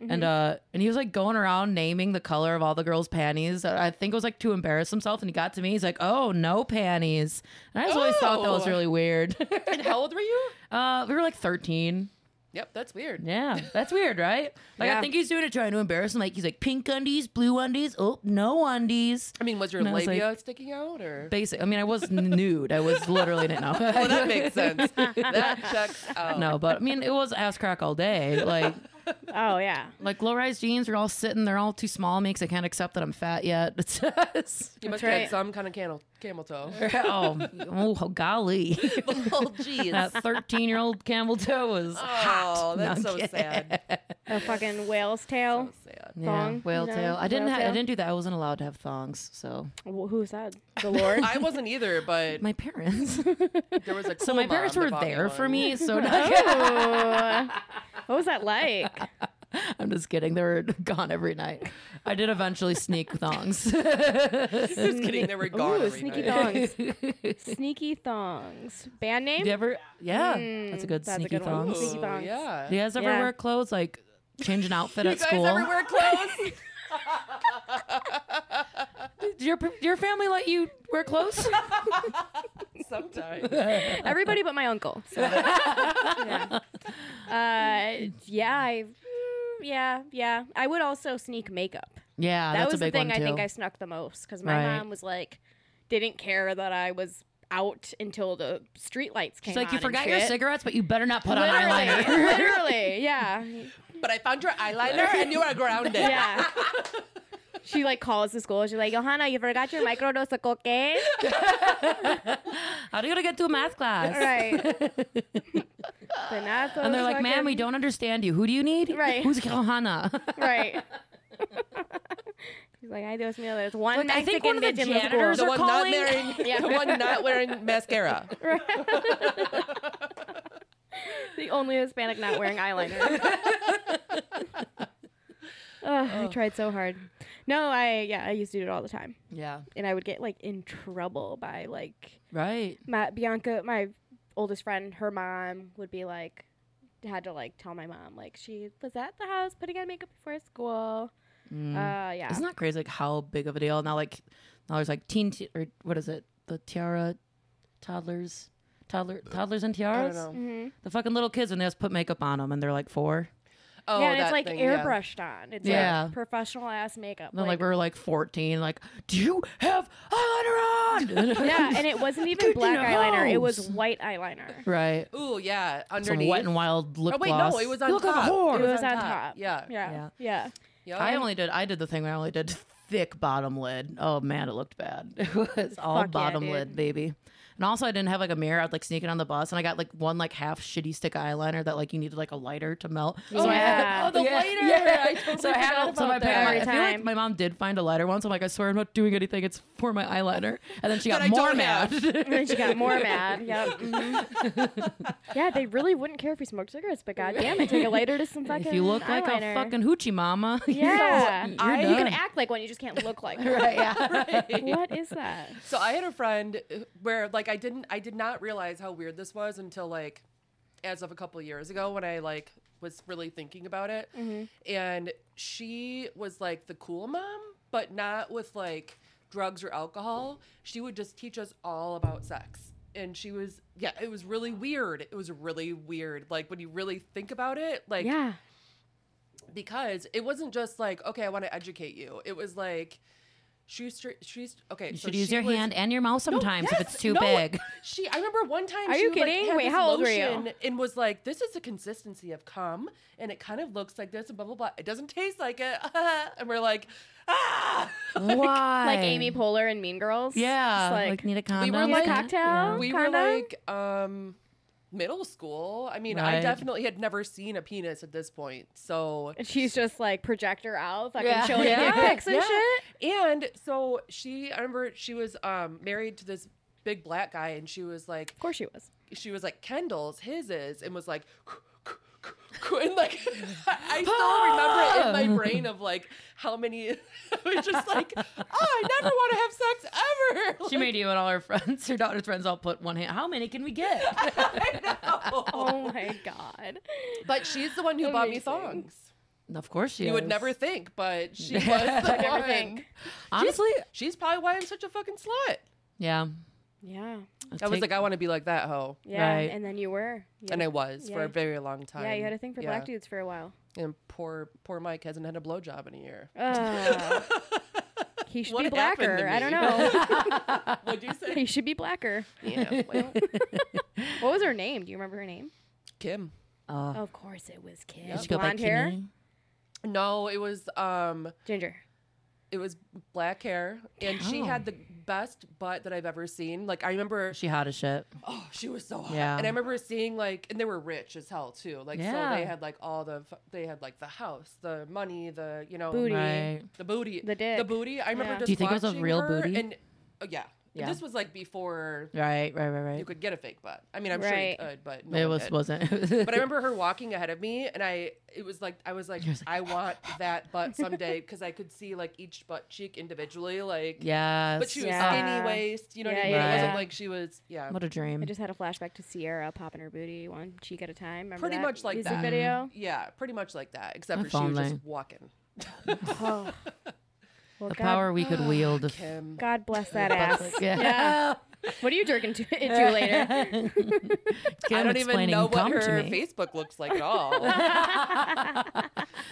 C: Mm-hmm.
A: And uh, and he was like going around naming the color of all the girls' panties. I I think it was like to embarrass himself. And he got to me. He's like, "Oh, no panties." And I just always thought that was
C: Oh.
A: really weird.
C: and how old were you?
A: uh, we were like thirteen.
C: Yep, that's weird.
A: Yeah, that's weird, right? Like I
B: Yeah.
A: think he's doing it trying to embarrass him. Like he's like pink undies, blue undies. Oh, no undies.
C: I mean, was your
A: And I was
C: labia sticking out or?
A: basic. I mean, I was nude. I was literally didn't know.
C: Well, that makes sense. that checks out.
A: no, but I mean, it was ass crack all day. Like,
B: Oh yeah.
A: like low rise jeans are all sitting. They're all too small. Makes I can't accept that I'm fat yet. It's just,
C: You
B: That's
C: must have
B: right.
C: had some kind of camel, camel toe.
A: oh, oh, golly,
C: oh, jeez.
A: that thirteen year old camel toe was
C: Oh, that's so sad.
B: A fucking whale's tail.
C: So sad.
A: yeah,
B: Thong,
A: whale
B: you know,
A: tail. I didn't.
B: whale
A: Ha- I
B: tail.
A: didn't do that. I wasn't allowed to have thongs. So
B: Wh- Who said the Lord?
C: I wasn't either, but
A: my parents.
C: there was a. Cool
A: so my
C: mom
A: parents
C: that
A: were
C: bought
A: there for
C: one.
A: me. So
B: Oh. what was that like?
A: I'm just kidding. They were gone every night. I did eventually sneak thongs.
C: Just kidding, they were gone.
B: Ooh,
C: every
B: sneaky
C: night.
B: thongs. sneaky thongs. Band name?
A: Do you ever? Yeah, that's a good
B: Hmm. that's a
A: sneaky
B: good one.
A: thongs.
B: Sneaky
C: Ooh,
B: thongs.
C: Yeah.
A: Do you guys ever
B: Yeah.
A: wear clothes like change an outfit
C: You
A: at
C: guys
A: school?
C: ever wear clothes?
A: Did your did your family let you wear clothes?
C: Sometimes.
B: Everybody but my uncle. So. yeah. Uh, yeah, I, mm, yeah, yeah. I would also sneak makeup.
A: yeah,
B: that
A: Ah, that's
B: was
A: a big
B: the thing
A: one
B: I
A: too.
B: think I snuck the most because my
A: Right.
B: mom was like, didn't care that I was out until the streetlights came
A: She's like,
B: on
A: you
B: and
A: forgot your
B: shit."
A: cigarettes, but you better not put on
B: Literally,
A: eyeliner.
B: literally, yeah,
C: But I found your eyeliner and you are grounded.
B: yeah. She like calls the school. She's like, Johanna, you forgot your microdose of cocaine.
A: How do you gonna get to a math class?
B: right. But not
A: And they're
B: those
A: like, ma'am, we
B: fucking-
A: don't understand you. Who do you need?
B: Right.
A: Who's Johanna?
B: Right. She's like, I just know there's one
A: Look, I
B: Mexican
A: think one of the
B: bitch in the
A: janitors
C: The
A: are
B: school.
C: one
A: calling-
C: not wearing
B: Yeah.
C: the one not wearing mascara.
B: the only Hispanic not wearing eyeliner. Ugh, I tried so hard. No, I yeah, I used to do it all the time,
A: yeah.
B: and I would get like in trouble by like
A: Right.
B: my Bianca, my oldest friend, her mom would be like, had to like tell my mom like she was at the house putting on makeup before school. Uh, yeah,
A: Mm. Isn't that crazy? Like how big of a deal now? Like now there's like teen ti- or what is it? The tiara, toddlers, toddler, toddlers and
C: I don't
A: tiaras.
C: know.
B: Mm-hmm.
A: The fucking little kids when they just put makeup on them and they're like four.
C: Oh,
B: yeah, and
C: that
B: it's like
C: thing, yeah.
B: airbrushed on. It's
A: Yeah.
B: like professional ass makeup.
A: Then like, we were like fourteen. Like, do you have eyeliner on?
B: yeah, and it wasn't even
A: Dude,
B: black
A: no.
B: eyeliner. It was white eyeliner.
A: right.
C: Ooh, yeah, underneath.
A: Some wet and wild lip
C: Oh wait,
A: gloss.
C: no, it was
A: You
C: on
A: look
C: top.
A: like a whore.
B: It was on top.
C: Yeah.
B: Yeah. Yeah.
C: Yup.
A: I only did. I did the thing where I only did thick bottom lid. Oh man, it looked bad. It was all
B: Fuck yeah,
A: bottom
B: dude.
A: lid, baby. And also, I didn't have like a mirror. I'd like sneak it on the bus, and I got like one like half shitty stick eyeliner that like you needed like a lighter to melt.
B: Oh,
A: I had-
B: yeah.
C: oh, the
A: Yeah.
C: lighter.
A: Yeah.
C: I totally
A: so I had
C: forgot
A: so my
C: about
A: parents.
B: Every
A: I feel like
B: time.
A: my mom did find a lighter once. I'm like, I swear I'm not doing anything. It's for my eyeliner. And then she
C: That
A: got
C: I
A: more
C: don't
A: mad.
C: have.
B: And then she got more mad. Yep. mhm. yeah, they really wouldn't care if you smoked cigarettes, but goddamn it, take a lighter to some fucking.
A: if you look like
B: eyeliner.
A: a fucking hoochie mama,
B: Yeah.
A: you're
C: I-
B: You can
A: done.
B: act like one, you just can't look like one.
A: right, yeah.
B: What is that?
C: So I had a friend where like I didn't I did not realize how weird this was until like as of a couple of years ago when I like was really thinking about it. And she was like the cool mom, but not with like drugs or alcohol. She would just teach us all about sex. And she was yeah, it was really weird. It was really weird. Like when you really think about it, like
B: Yeah.
C: because it wasn't just like okay, I want to educate you. It was like she's she's okay.
A: You
C: so
A: should use
C: she
A: your
C: was-
A: hand and your mouth
C: no,
A: sometimes if
C: yes,
A: it's too
C: no.
A: big.
C: She, I remember one time.
B: Are
C: she
B: you
C: would, like,
B: kidding?
C: have
B: Wait,
C: this
B: how old were you?
C: lotion And was like, "This is the consistency of cum, and it kind of looks like this, and blah blah blah. It doesn't taste like it." and we're like, "Ah!"
A: Why?
B: Like Amy Poehler and Mean Girls.
A: Yeah.
B: Just
A: Like,
B: like,
A: need a
C: we
A: condom.
C: were
B: Need a
C: like
B: cocktail?
C: We
B: Kinda?
C: were like, um, middle school. I mean, I
A: Right.
C: definitely had never seen a penis at this point, so
B: and she's just like projector out, fucking
A: Yeah.
B: showing
A: Yeah.
B: dick pics and
C: yeah.
B: shit.
C: And so she, I remember she was um married to this big black guy, and she was like,
B: Of course she was.
C: she was like Kendall's, his is, and was like, and like I still remember it in my brain of like how many it was just like, oh, I never want to have sex ever.
A: She made you and all her friends, her daughter's friends, all put one hand. How many can we get?
B: Oh my god.
C: but she's the one who bought me
B: Amazing.
C: thongs.
A: of course she
C: You would
A: is.
C: never think, but she was the
B: Never
C: one.
B: think.
A: Honestly,
C: She's probably why I'm such a fucking slut.
A: yeah.
B: Yeah.
C: I was
A: Take-
C: like, I want to be like that hoe,
B: Yeah.
A: Right.
B: And then you were. You
C: and I was for
B: Yeah.
C: a very long time.
B: Yeah, you had a thing for black
C: Yeah.
B: dudes for a while.
C: And poor, poor Mike hasn't had a blowjob in a year.
B: Uh, he should be
C: What happened to
B: blacker. I don't
C: me?
B: know.
C: What'd you say?
B: he should be blacker.
C: yeah, well,
B: What was her name? Do you remember her name?
C: Kim.
A: Uh,
B: Of course it was Kim.
A: did she go
B: Blonde
A: by
B: hair.
A: Kimmy?
C: No, it was um
B: Ginger.
C: it was black hair and she
A: Oh.
C: had the best butt that I've ever seen. Like I remember
A: She hot as shit.
C: oh, she was so hot.
A: Yeah.
C: And I remember seeing like and they were rich as hell too. Like so
A: Yeah.
C: they had like all the f- they had like the house, the money, the you know
B: Booty.
A: Right.
C: the booty.
B: The dick.
C: The booty. I remember
B: Yeah.
C: just
A: Do you think it was a
C: watching
A: real
C: her
A: booty?
C: And oh, yeah.
A: Yeah.
C: This was like before
A: Right, right, right, right.
C: you could get a fake butt. I mean, I'm
B: Right.
C: sure you could, but no
A: it
C: one
A: was
C: did.
A: wasn't.
C: But I remember her walking ahead of me, and I it was like I was like I want that butt someday because I could see like each butt cheek individually, like
A: yes.
C: But she was
B: Yeah.
C: skinny waist, you know what I
B: Yeah,
C: mean?
A: yeah,
C: It wasn't
B: yeah.
C: like she was yeah.
A: What a
B: I
A: dream.
B: just had a flashback to Sierra popping her booty one cheek at a time. Remember
C: Pretty
B: that
C: much like
B: music
C: that.
B: video.
C: Yeah, pretty much like that, except
A: If
C: for she was
A: only.
C: just walking. Mm.
B: Oh. Well,
A: The
B: God,
A: power we could wield. if-
C: Kim.
B: God bless that ass.
A: Yeah.
B: What are you jerking to, into later?
A: Kim
C: I don't even
A: explaining
C: know what
A: cum to
C: her
A: me.
C: Facebook looks like at all.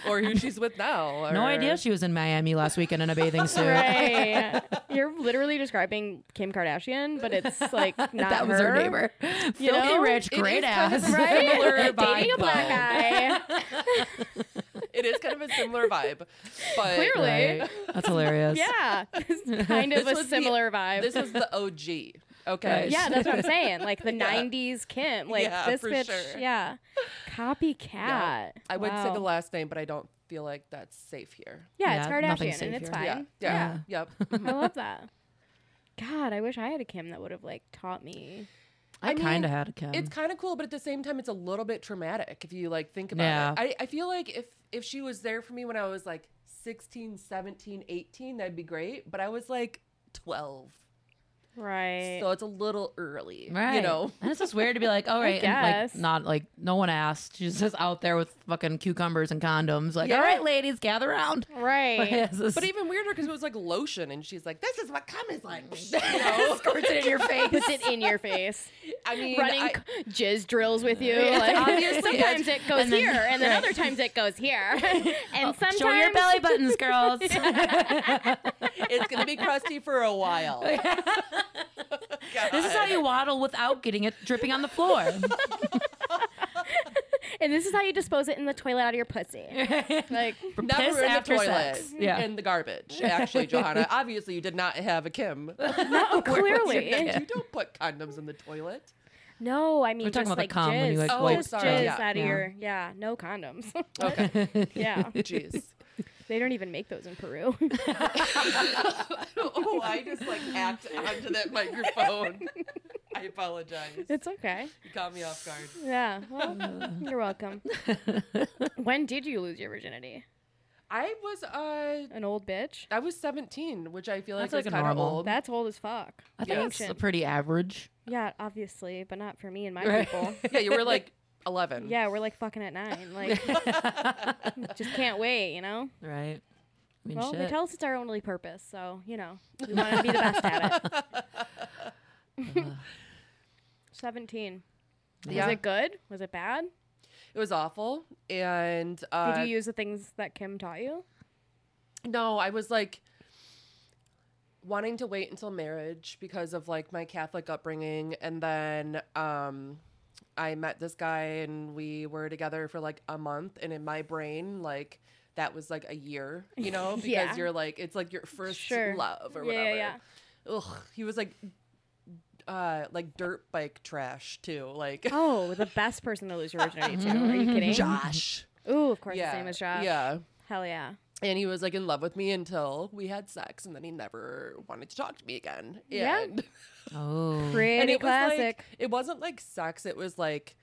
C: or who she's with now.
A: No
C: or-
A: idea she was in Miami last weekend in a bathing suit.
B: Right. You're literally describing Kim Kardashian, but it's like not
A: That was her neighbor. Filthy
B: know,
A: rich,
C: it
A: great
C: is kind of
A: ass.
B: Right?
C: Similar
B: Dating a
C: vibe,
B: black
C: though.
B: guy.
C: It is kind of a similar vibe. But
B: Clearly.
A: Right. That's hilarious.
B: Yeah. It's kind of a
C: This was the-
B: similar vibe.
C: this is the OG. Okay.
A: Right.
B: yeah, that's what I'm saying. Like the 90s Kim. Like
C: Yeah,
B: this
C: for
B: bitch.
C: sure.
B: Yeah. Copycat.
C: Yeah. I would say
B: Wow.
C: the last name, but I don't feel like that's safe here.
B: Yeah, it's
A: Yeah, nothing's
B: Kardashian
A: safe
B: and it's
A: here.
B: fine.
C: Yeah. Yeah. Yep.
B: I love that. God, I wish I had a Kim that would have like taught me.
A: I,
C: I mean,
A: kind of had a Kim.
C: It's kind of cool, but at the same time, it's a little bit traumatic if you like think about
A: Yeah.
C: it. I, I feel like if if she was there for me when I was like 16, 17, 18, that'd be great. But I was like 12.
B: Right.
C: So it's a little early,
A: Right.
C: you know?
A: And it's just weird to be like, all right, and
B: guess.
A: like not like no one asked. She's just out there with fucking cucumbers and condoms. Like,
C: Yeah.
A: all right, ladies, gather around.
B: right.
A: but
C: But even weirder because it was like lotion, and she's like, "This is what cum is like." You know?
A: squirts it in your face.
B: Puts it in your face.
C: I mean,
B: Running
C: I-
B: c- jizz drills with you. Like,
C: obviously
B: sometimes it goes
A: And then-
B: here, and then Oh,
A: right.
B: other times it goes here, and sometimes
A: Show your belly buttons, girls.
C: it's gonna be crusty for a while.
A: this is how you waddle without getting it dripping on the floor.
B: and this is how you dispose it in the toilet out of your pussy. Like,
C: Never
A: Piss
C: in the
A: after
C: toilet.
A: sex. Yeah.
C: In the garbage. Actually, Johanna, obviously you did not have a Kim.
B: no,
C: you
B: clearly.
C: don't put condoms in the toilet.
B: No, I mean,
A: We're talking about
B: just
A: the
B: like
A: cum
B: jizz.
A: when you, like,
C: Oh,
A: wipe
B: just
C: sorry,
B: jizz
C: yeah.
B: out of
A: Yeah.
B: your, yeah, no condoms.
C: Okay.
B: yeah.
C: Jeez.
B: They don't even make those in Peru.
C: oh, I just like hacked onto that microphone. I apologize. You
B: it's okay.
C: caught me off guard.
B: Yeah. Well, you're welcome. When did you lose your virginity?
C: I was uh
B: An old bitch?
C: I was 17, which I feel like
A: That's, like,
C: is
A: a
C: kind of
A: normal.
C: old.
B: That's old as fuck.
A: I think it's
B: Ancient.
A: pretty average.
B: Yeah, obviously, but not for me and my
A: Right.
B: people.
C: yeah, you were like 11.
B: Yeah, we're like fucking at nine. Like, just can't wait, you know?
A: Right. I mean,
B: Well, they
A: shit.
B: tell us it's our only purpose, so, you know, we want to be the best at it. 17.
C: Yeah.
B: Was it good? Was it bad?
C: It was awful. And uh
B: Did you use the things that Kim taught you?
C: No, I was like wanting to wait until marriage because of like my Catholic upbringing and then um I met this guy and we were together for like a month and in my brain like that was like a year, you know, because
B: Yeah.
C: you're like it's like your first
B: Sure.
C: love or
B: Yeah, yeah,
C: whatever.
B: yeah.
C: Ugh, he was like uh like dirt bike trash too, like
B: Oh, the best person to lose your virginity to. Are you kidding?
C: Josh.
B: Ooh, of course,
C: Yeah.
B: the same as Josh.
C: Yeah.
B: Hell yeah.
C: and he was like in love with me until we had sex and then he never wanted to talk to me again
B: Yeah.
C: and,
A: Oh.
B: Pretty
C: and it
B: classic.
C: was like it wasn't like sex it was like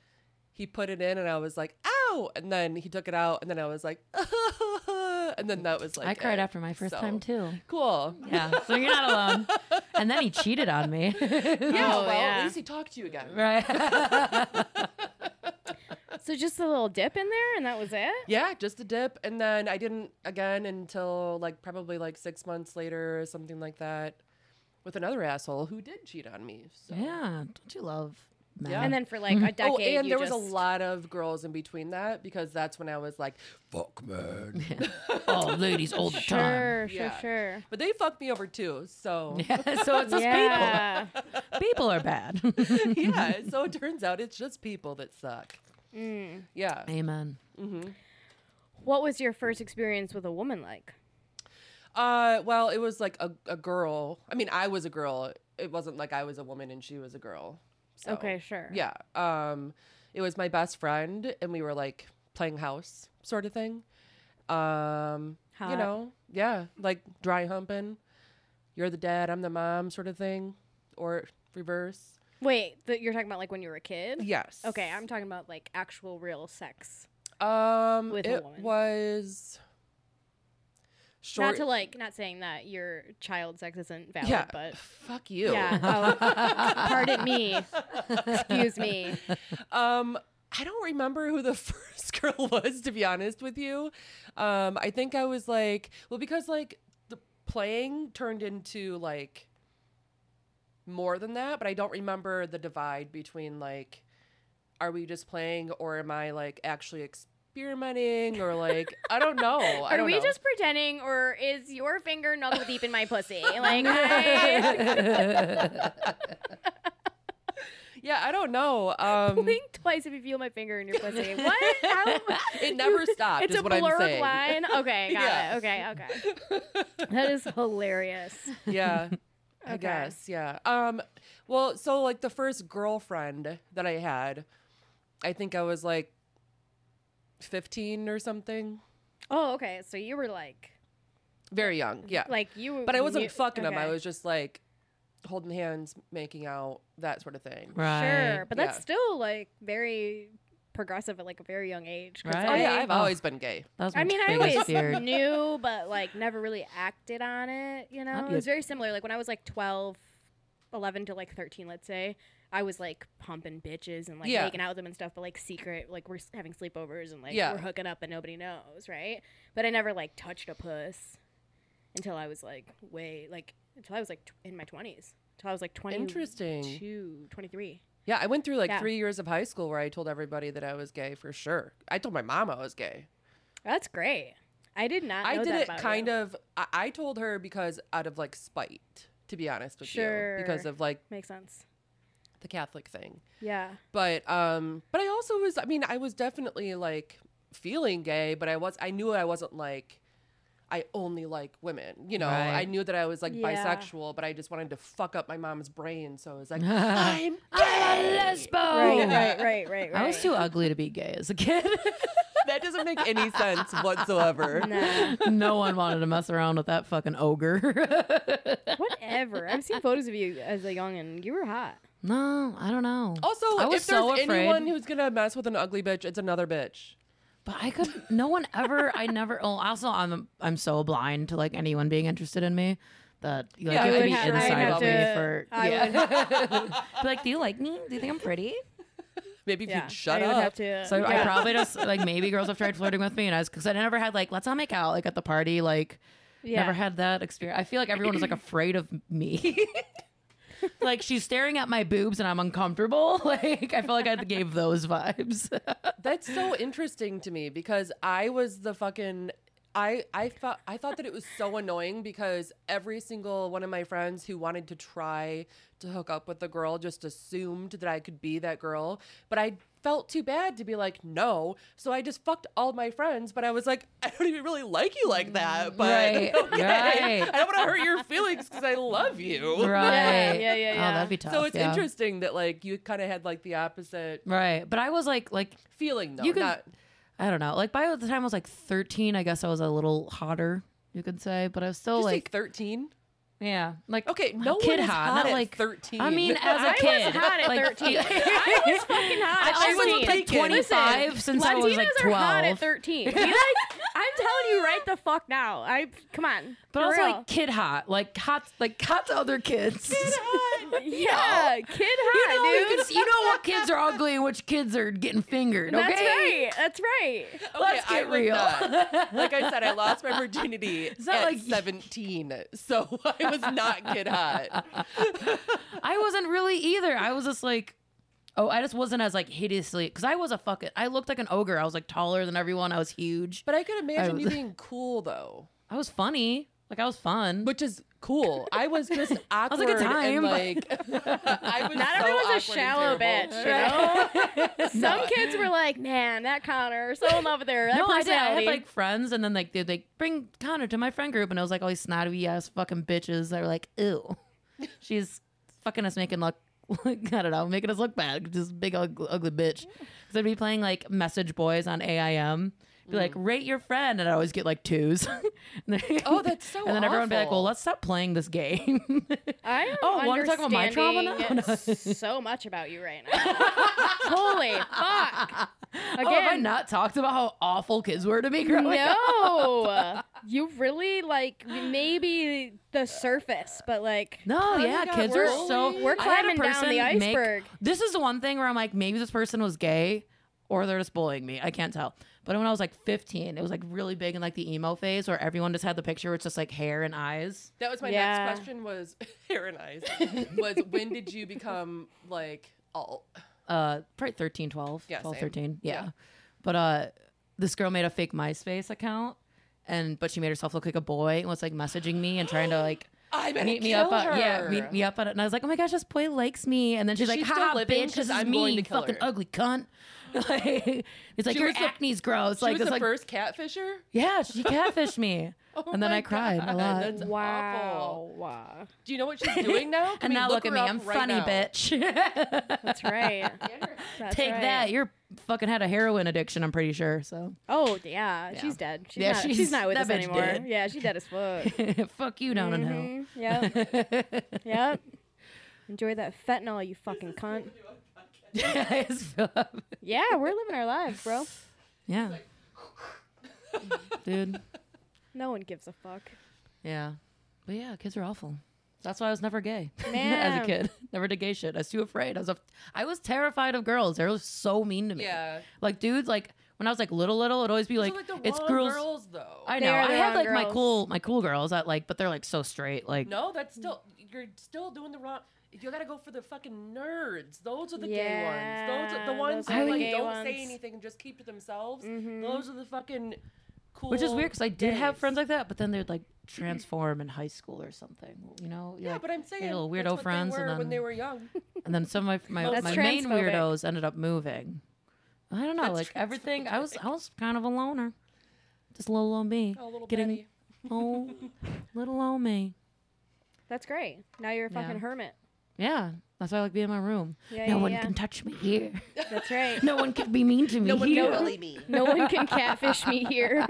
C: he put it in and i was like ow and then he took it out and then i was like and then that was like
A: I cried
C: it.
A: after my first
C: So,
A: time too.
C: cool
A: Yeah, so you're not alone. And then he cheated on me.
C: yeah
B: Oh,
C: well
B: yeah.
C: at least he talked to you again
A: right.
B: so just a little dip in there, and that was it?
C: yeah just a dip and then i didn't again until like probably like six months later or something like that with another asshole who did cheat on me so
A: Yeah, don't you love men?
C: Yeah.
B: And then for like
A: Mm-hmm.
B: a decade,
C: Oh, and
B: you
C: there was
B: just-
C: a lot of girls in between that because that's when I was like, fuck man.
A: oh, ladies all the time.
B: Sure, sure,
C: Yeah.
B: sure.
C: But they fucked me over too. So
A: Yeah, so it's just
B: yeah.
A: people. People are bad.
C: yeah. So it turns out it's just people that suck.
B: Mm.
C: Yeah. mm-hmm.
A: Amen.
B: What was your first experience with a woman like?
C: Uh well, it was like a, a girl. I mean, I was a girl. It wasn't like I was a woman and she was a girl. So
B: Okay, sure.
C: Yeah. Um it was my best friend and we were like playing house sort of thing. Um
B: Hot.
C: you know, yeah, like dry humping. You're the dad, I'm the mom sort of thing or reverse.
B: Wait, th- you're talking about like when you were a kid?
C: Yes.
B: Okay, I'm talking about like actual real sex.
C: Um
B: with a
C: it
B: woman.
C: was short
B: Not to like, not saying that your child sex isn't valid,
C: yeah,
B: but
C: fuck you.
B: yeah. Oh, pardon me. Excuse me.
C: Um, I don't remember who the first girl was, to be honest with you. Um, I think I was like, well, because like the playing turned into like more than that, but I don't remember the divide between like, are we just playing or am I like actually experimenting or like, I don't know. I
B: Are
C: don't
B: we
C: know.
B: just pretending, or is your finger knuckle deep in my pussy? Like, I
C: yeah, I don't know. Um,
B: blink twice if you feel my finger in your pussy. What? How?
C: it never stopped,
B: It's
C: is
B: a
C: what I'm
B: blurred
C: saying.
B: line. Okay, got
C: Yeah.
B: it. Okay, okay. That is hilarious.
C: yeah i
B: Okay.
C: guess yeah um well so like the first girlfriend that i had i think i was like 15 or something
B: Oh, okay. So you were like,
C: very young yeah
B: like you.
C: but i wasn't
B: knew-
C: fucking them i
B: okay.
C: was just like holding hands making out that sort of thing
A: Right.
B: Sure, but
C: yeah.
B: that's still like very progressive at like a very young age. 'cause
A: Right.
C: oh yeah
B: I-
C: i've always been gay
A: That was my
B: I mean, I
A: biggest
B: always
A: fear.
B: knew, but like never really acted on it, you know?
A: Yep.
B: It was very similar. Like when I was like 12, 11 to like 13, let's say, I was like pumping bitches and like
C: Yeah.
B: making out with them and stuff, but like secret, like we're s- having sleepovers and like
C: Yeah.
B: we're hooking up and nobody knows, right? But I never like touched a puss until I was like way, like until I was like tw- in my 20s. Until I was like 22,
C: Interesting.
B: 23.
C: yeah i went through like
B: Yeah.
C: three years of high school where i told everybody that i was gay for sure i told my mom i was gay
B: That's great. I did not.
C: I
B: know
C: did
B: that
C: it
B: about
C: kind
B: you.
C: of. I, I told her because out of like spite, to be honest with you, because
B: Sure.
C: of like
B: Makes sense.
C: the Catholic thing.
B: Yeah.
C: But um but I also was I mean, I was definitely like feeling gay, but I was I knew I wasn't like I only like women, you know.
A: Right.
C: I knew that I was like
B: Yeah.
C: bisexual, but I just wanted to fuck up my mom's brain, so I was like, I'm
A: I'm a
C: gay!
A: lesbo.
B: Right, right, right, right, right.
A: I was too ugly to be gay as a kid.
C: That doesn't make any sense whatsoever.
B: Nah.
A: no one wanted to mess around with that fucking ogre.
B: Whatever. I've seen photos of you as a young and you were hot.
A: no, I don't know.
C: Also,
A: I was
C: if there's
A: so afraid.
C: anyone who's gonna mess with an ugly bitch, it's another bitch.
A: But I could. No one ever. I never. Oh, also, I'm I'm so blind to like anyone being interested in me that like
C: Yeah,
A: you
C: I
A: could
C: would
A: be
C: have- I'd
A: inside
C: have
A: of me
B: to-
A: for
B: I
A: yeah. Be like, do you like me? Do you think I'm pretty?
C: Maybe if
B: Yeah.
C: you'd shut
B: I
C: up.
B: Would have to,
A: So I
B: yeah.
A: probably just like maybe girls have tried flirting with me, and I was because I never had like let's all make out like at the party like
B: yeah.
A: never had that experience. I feel like everyone was like afraid of me. like she's staring at my boobs and I'm uncomfortable. Like I feel like I gave those vibes.
C: That's so interesting to me because I was the fucking I I thought I thought that it was so annoying because every single one of my friends who wanted to try to hook up with the girl just assumed that I could be that girl, but I felt too bad to be like no, so I just fucked all my friends. But I was like, I don't even really like you like that, but
A: Right,
C: okay.
A: right.
C: I don't want to hurt your feelings because I love you.
A: right.
B: yeah, yeah,
A: Oh,
B: yeah.
A: that'd be tough.
C: So it's
A: yeah.
C: interesting that like you kind of had like the opposite
A: Right. But I was like like
C: feeling though.
A: You can-
C: not-
A: I don't know. Like by the time I was like 13, I guess I was a little hotter, you could say, but I was still
C: Did you say
A: like
C: 13?
A: yeah, like
C: Okay,
A: I'm
C: no
A: kid
C: one is
A: hot,
C: hot,
A: not
C: at
A: like-
C: 13.
A: I mean as a
B: I was
A: kid.
B: hot at
A: like,
B: 13. I was fucking hot.
A: I
B: at
A: was
B: 13.
A: like 25 since I was
B: Latinas
A: like
B: are hot
A: 12.
B: at 13. Be like, I'm telling you right the fuck now. I come on.
A: But
B: for
A: also
B: real.
A: like kid hot, like hot, like hot to other kids.
B: yeah, kid
A: You know,
B: hot,
A: you,
B: dude.
A: can, you know what kids are ugly and which kids are getting fingered. Okay,
B: That's right. That's right.
A: Let's
C: Okay, I
A: get
C: was
A: real.
C: not. Like I said, I lost my virginity
A: not
C: at
A: like-
C: 17, so I was not kid hot.
A: I wasn't really either. I was just like, oh, I just wasn't as like hideously because I was a fucking. I looked like an ogre. I was like taller than everyone. I was huge.
C: But I could imagine
A: was-
C: you being cool though,
A: I was funny. Like I was fun.
C: which is cool. I was just awkward
A: was a good
C: and
A: time.
C: like I was
B: Not
C: so
B: everyone's a
C: awkward and
B: shallow
C: terrible.
B: bitch, you know? Some kids were like, man, that Connor, so in love with her. That
A: no, I did. I had
B: personality."
A: like friends, and then like they'd like bring Connor to my friend group, and I was like all these snotty ass fucking bitches that were like, ew, she's fucking us making look. I don't know, making us look bad. Just big ugly, ugly bitch. So I'd be playing like message boys on AIM. Be like, rate your friend, and I always get like twos. And then-
C: Oh, that's so
A: And then everyone would be like,
C: awful.
A: well, let's stop playing this game.
B: I am
A: Oh, wanna talk about my trauma now?
B: understanding so much about you right now. Holy fuck.
A: oh, have I
B: Again,
A: not talked about how awful kids were to me growing up?
B: no. you really like maybe the surface, but like
A: No, yeah,
C: got
A: kids are
C: worse.
A: so.
B: We're
A: I had a
B: climbing down
A: person
B: the
A: make-
B: iceberg.
A: this is the one thing where I'm like, maybe this person was gay, or they're just bullying me. I can't tell. But when I was like 15, it was like really big in like the emo phase, where everyone just had the picture. where It's just like hair and eyes.
C: That was my
B: Yeah.
C: next question was hair and eyes. Was when did you become like all
A: Uh, probably 13, 12,
C: Yeah,
A: 12,
C: same.
A: 13. Yeah.
C: Yeah.
A: But uh, this girl made a fake MySpace account, and but she made herself look like a boy and was like messaging me and trying to like.
C: I better
A: Meet me up,
C: kill
A: at, yeah.
C: her.
A: Meet me up at it, and I was like, "Oh my gosh, this boy likes me." And then she's like,
C: she still
A: "Ha,
C: living?
A: bitch,
C: 'Cause
A: this is
C: I'm
A: me,
C: going to
A: you
C: kill
A: fucking
C: her."
A: ugly cunt." Like, it's like
C: She
A: your
C: was the-
A: acne's gross.
C: She
A: like,
C: was
A: it's
C: the
A: like,
C: first catfisher.
A: Yeah, she catfished me. and then
C: my
A: I cried a
C: God,
A: lot.
C: that's awful.
B: wow. wow.
C: Do you know what she's doing now? Can
A: and
C: we
A: now look, at
C: her
A: me.
C: up
A: I'm
C: right
A: funny,
C: now?
A: bitch.
B: That's right. That's
A: Take
B: right.
A: that. You're fucking had a heroin addiction, I'm pretty sure. So
B: Oh yeah, she's dead. She's
A: Yeah,
B: not, she's,
A: she's-
B: not with
A: that
B: us
A: bitch
B: anymore.
A: dead.
B: Yeah, she's dead as fuck.
A: fuck you down
B: Mhm, Yep.
C: Mm-hmm.
B: yep. Enjoy that fentanyl, you fucking cunt.
A: in hell.
B: Yeah, we're living our lives, bro.
A: yeah. Dude.
B: No one gives a fuck.
A: Yeah. But yeah, kids are awful. That's why I was never gay as
B: Man.
A: a kid. Never did gay shit. I was too afraid. I was a, I was terrified of girls. They were so mean to me.
C: Yeah.
A: Like dudes, like when I was like little, little, it'd always be like,
C: Like, the
A: it's
C: wrong
A: girls.
C: girls, though.
A: I
B: They
A: know.
B: are
A: I
B: the
A: have
B: wrong
A: like my
B: girls.
A: cool, my cool girls that like, but they're like so straight. Like
C: no, that's still you're still doing the wrong. You gotta go for the fucking nerds. Those are the gay ones. Those are the
B: Yeah,
C: ones
B: those
A: are
C: that
A: the
C: like
A: gay
C: don't
B: ones.
C: say anything and just keep to themselves. Those are the fucking cool.
A: Which is weird because I did have
C: gays.
A: friends like that, but then they'd like transform in high school or something. You know? You're
C: Yeah,
A: like,
C: but I'm saying
A: little
C: that's
A: weirdo
C: what
A: friends
C: they
A: and
C: were when they
A: then-
C: were young.
A: and then some of my my, my
B: That's
A: main
B: transphobic.
A: weirdos ended up moving. I don't know,
C: That's
A: like everything. I was I was kind of a loner, just little old me,
C: Oh, little
A: getting
C: Betty.
A: oh, little old me.
B: That's great. Now you're a
A: Yeah.
B: fucking hermit.
A: Yeah, that's why I like being in my room.
B: Yeah,
A: no
B: yeah,
A: one
B: yeah.
A: can touch me here.
B: That's right.
A: No one can be mean to me
C: No one
A: here.
C: can bully me.
B: no one can catfish me here.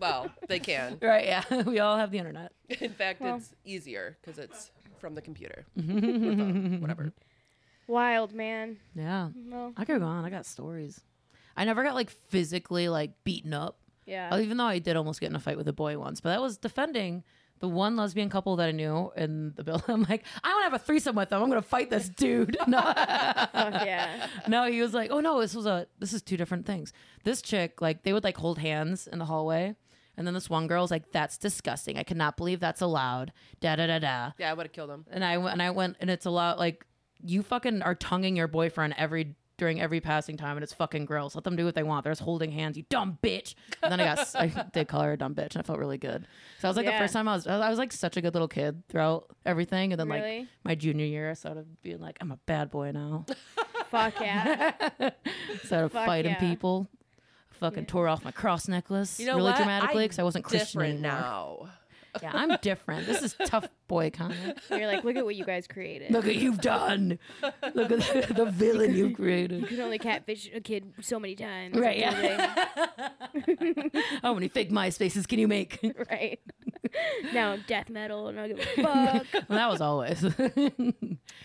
C: Well, they can.
A: Right? Yeah, we all have the internet.
C: In fact,
B: Well.
C: it's easier because it's from the computer. Or phone, Whatever.
B: Wild man.
A: Yeah,
B: Well,
A: I could go on. I got stories. I never got like physically like beaten up.
B: yeah.
A: Oh, even though I did almost get in a fight with a boy once, but that was defending the one lesbian couple that I knew in the bill. I'm like, I want to have a threesome with them. I'm going to fight this dude. No,
B: Fuck yeah.
A: no, he was like, oh no, this was a, this is two different things. This chick, like, they would like hold hands in the hallway. And then this one girl's like, that's disgusting. I cannot believe that's allowed. Da da da da.
C: Yeah, I would have killed him.
A: And I went, and I went, and it's allowed, like, you fucking are tonguing your boyfriend every, during every passing time, and it's fucking gross. Let them do what they want. They're just holding hands, you dumb bitch. And then I got, I did call her a dumb bitch, and I felt really good. So I was like,
B: Yeah.
A: the first time I was, I was like such a good little kid throughout everything. And then, like,
B: Really?
A: my junior year, I started being like, I'm a bad boy now.
B: Fuck yeah.
A: started
B: Fuck
A: fighting
B: yeah.
A: people. Fucking tore off my cross necklace
C: You know
A: really
C: what?
A: dramatically
C: I'm
A: because I wasn't Christian
C: Different
A: anymore.
C: now.
A: Yeah, I'm different. This is tough boy Connor.
B: You're like, look at what you guys created.
A: Look what you've done. Look at the, the villain you've created.
B: You can only catfish a kid so many times.
A: Right,
B: until
A: yeah. How many fake MySpaces can you make?
B: they- right. now I'm death metal and I don't give a fuck.
A: Well, that was always. I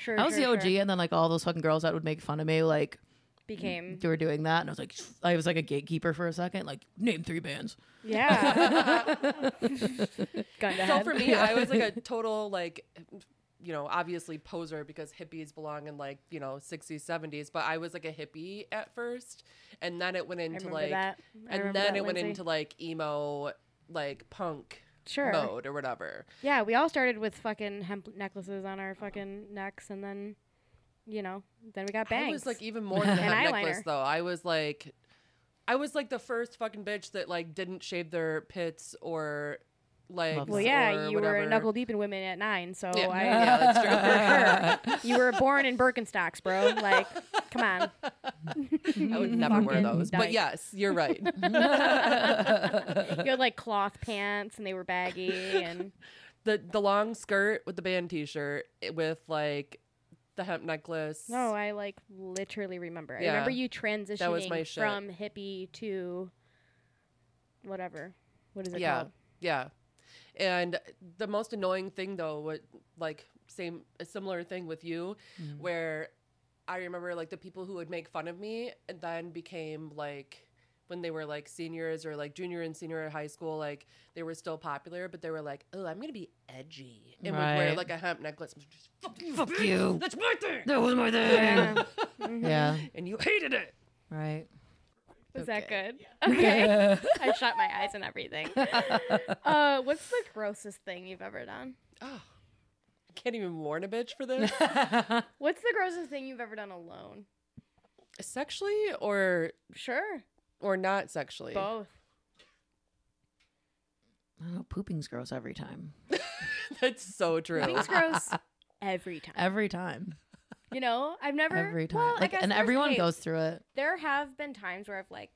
B: Sure.
A: was the
B: sure,
A: OG,
B: sure.
A: and then like all those fucking girls that would make fun of me, like
B: Became.
A: they were doing that, and I was like, I was like a gatekeeper for a second, like name three bands.
B: Yeah. Gun to
C: So
B: head.
C: for me, I was like a total like, you know, obviously poser because hippies belong in like you know 60s, 70s. But I was like a hippie at first, and then it went into
B: remember
C: like,
B: that. I
C: and
B: remember
C: then
B: that,
C: it went
B: Lindsay.
C: into like emo, like punk
B: Sure.
C: mode or whatever.
B: Yeah, we all started with fucking hemp necklaces on our fucking necks, and then, you know, then we got bangs.
C: I was like even more than a
B: And
C: hemp
B: eyeliner.
C: necklace though. I was like, I was like the first fucking bitch that like didn't shave their pits or legs.
A: that.
B: well, yeah,
C: or
B: you
C: whatever.
B: were knuckle deep in women at nine, so
C: Yeah,
B: I,
C: yeah, that's true.
B: for sure. You were born in Birkenstocks, bro. Like, come on.
C: I would never wear
B: Fucking
C: those. But
B: dyke.
C: yes, you're right.
B: You had like cloth pants, and they were baggy, and
C: the the long skirt with the band t-shirt eh, with like the hemp necklace.
B: no, I like literally remember. I
C: Yeah.
B: remember you transitioning
C: my shit.
B: from hippie to whatever. What is it
C: yeah.
B: called?
C: Yeah. And the most annoying thing though was like same a similar thing with you
B: Mm.
C: where I remember like the people who would make fun of me and then became like when they were like seniors or like junior and senior at high school, like they were still popular, but they were like, "Oh, I'm gonna be edgy," and would wear
A: Right.
C: like a hemp necklace. I'm just, "Fuck you,
A: Fuck you.
C: that's my thing,
A: That was my thing.
B: Yeah.
A: Yeah.
C: and you hated it.
A: Right.
B: Mm-hmm. Was that good? Okay. I shot my eyes and everything. uh, what's the grossest thing you've ever done?
C: Oh, can't even warn a bitch for this.
B: What's the grossest thing you've ever done alone?
C: sexually or
B: Sure.
C: or not sexually.
B: Both.
A: I don't know, pooping's gross every time.
C: That's so true.
B: Things gross every time.
A: Every time.
B: You know, I've never.
A: Every time.
B: Well, I
A: like,
B: guess
A: and
B: there's-
A: everyone
B: hey,
A: goes through it.
B: There have been times where I've like,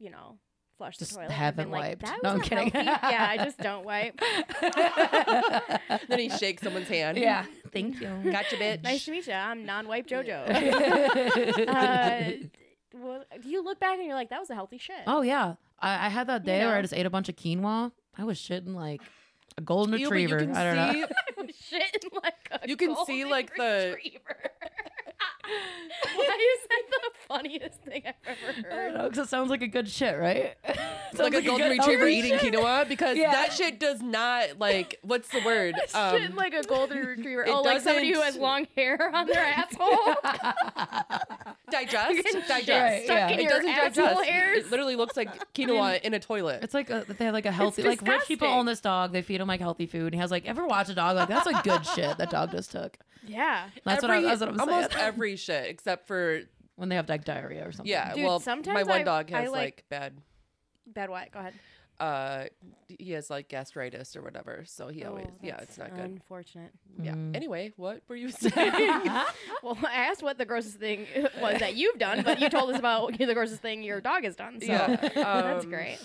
B: you know, flushed
A: Just
B: the toilet. and
A: haven't
B: been
A: wiped.
B: Like, that
A: No,
B: was
A: I'm
B: not
A: kidding.
B: healthy." yeah, I just don't wipe.
C: then he shakes someone's hand.
A: Yeah. Thank you.
C: Gotcha, bitch.
B: Nice to meet you. I'm non-wipe JoJo. uh, well, you look back and you're like, that was a healthy shit.
A: Oh yeah, I, I had that day where
B: know.
A: I just ate a bunch of quinoa. I was shitting like a golden
C: You- but you
A: retriever.
C: can
A: I don't know.
C: see-
B: shit in, like a
C: You can see,
B: golden
C: like, the-
B: retriever. Why is that the funniest thing I've ever
A: I don't
B: heard?
A: know because it sounds like a good shit, right?
C: It's like a golden retriever eating quinoa because
A: Yeah.
C: that shit does not like what's the word? Um,
B: shit in, like a golden retriever.
C: it
B: Oh, like somebody who has
C: doesn't-
B: long hair on their asshole.
C: digest, digest.
A: Right,
B: Stuck
A: yeah.
B: in
C: It
B: your
C: doesn't
B: asshole
C: digest.
B: hairs.
C: It literally looks like quinoa in a toilet.
A: It's like a, they have like a healthy, like rich people
B: disgusting.
A: own this dog. They feed him like healthy food. And he has like, ever watch a dog like that's like good shit that dog just took.
B: yeah.
A: That's what I,
C: every,
A: that's what I'm saying.
C: almost every shit except for
A: when they have like diarrhea or something.
C: yeah.
B: Dude,
C: well,
B: sometimes
C: my one
B: I-
C: dog
B: I
C: has
B: like-
C: bad.
B: Bad white. Go ahead.
C: uh he has like gastritis or whatever so he always yeah
B: Oh, that's
C: it's not good
B: Unfortunate.
C: yeah
A: Mm.
C: anyway what were you saying
B: Well, I asked what the grossest thing was that you've done, but you told us about the grossest thing your dog has done. So
C: Yeah,
B: that's
C: um,
B: great.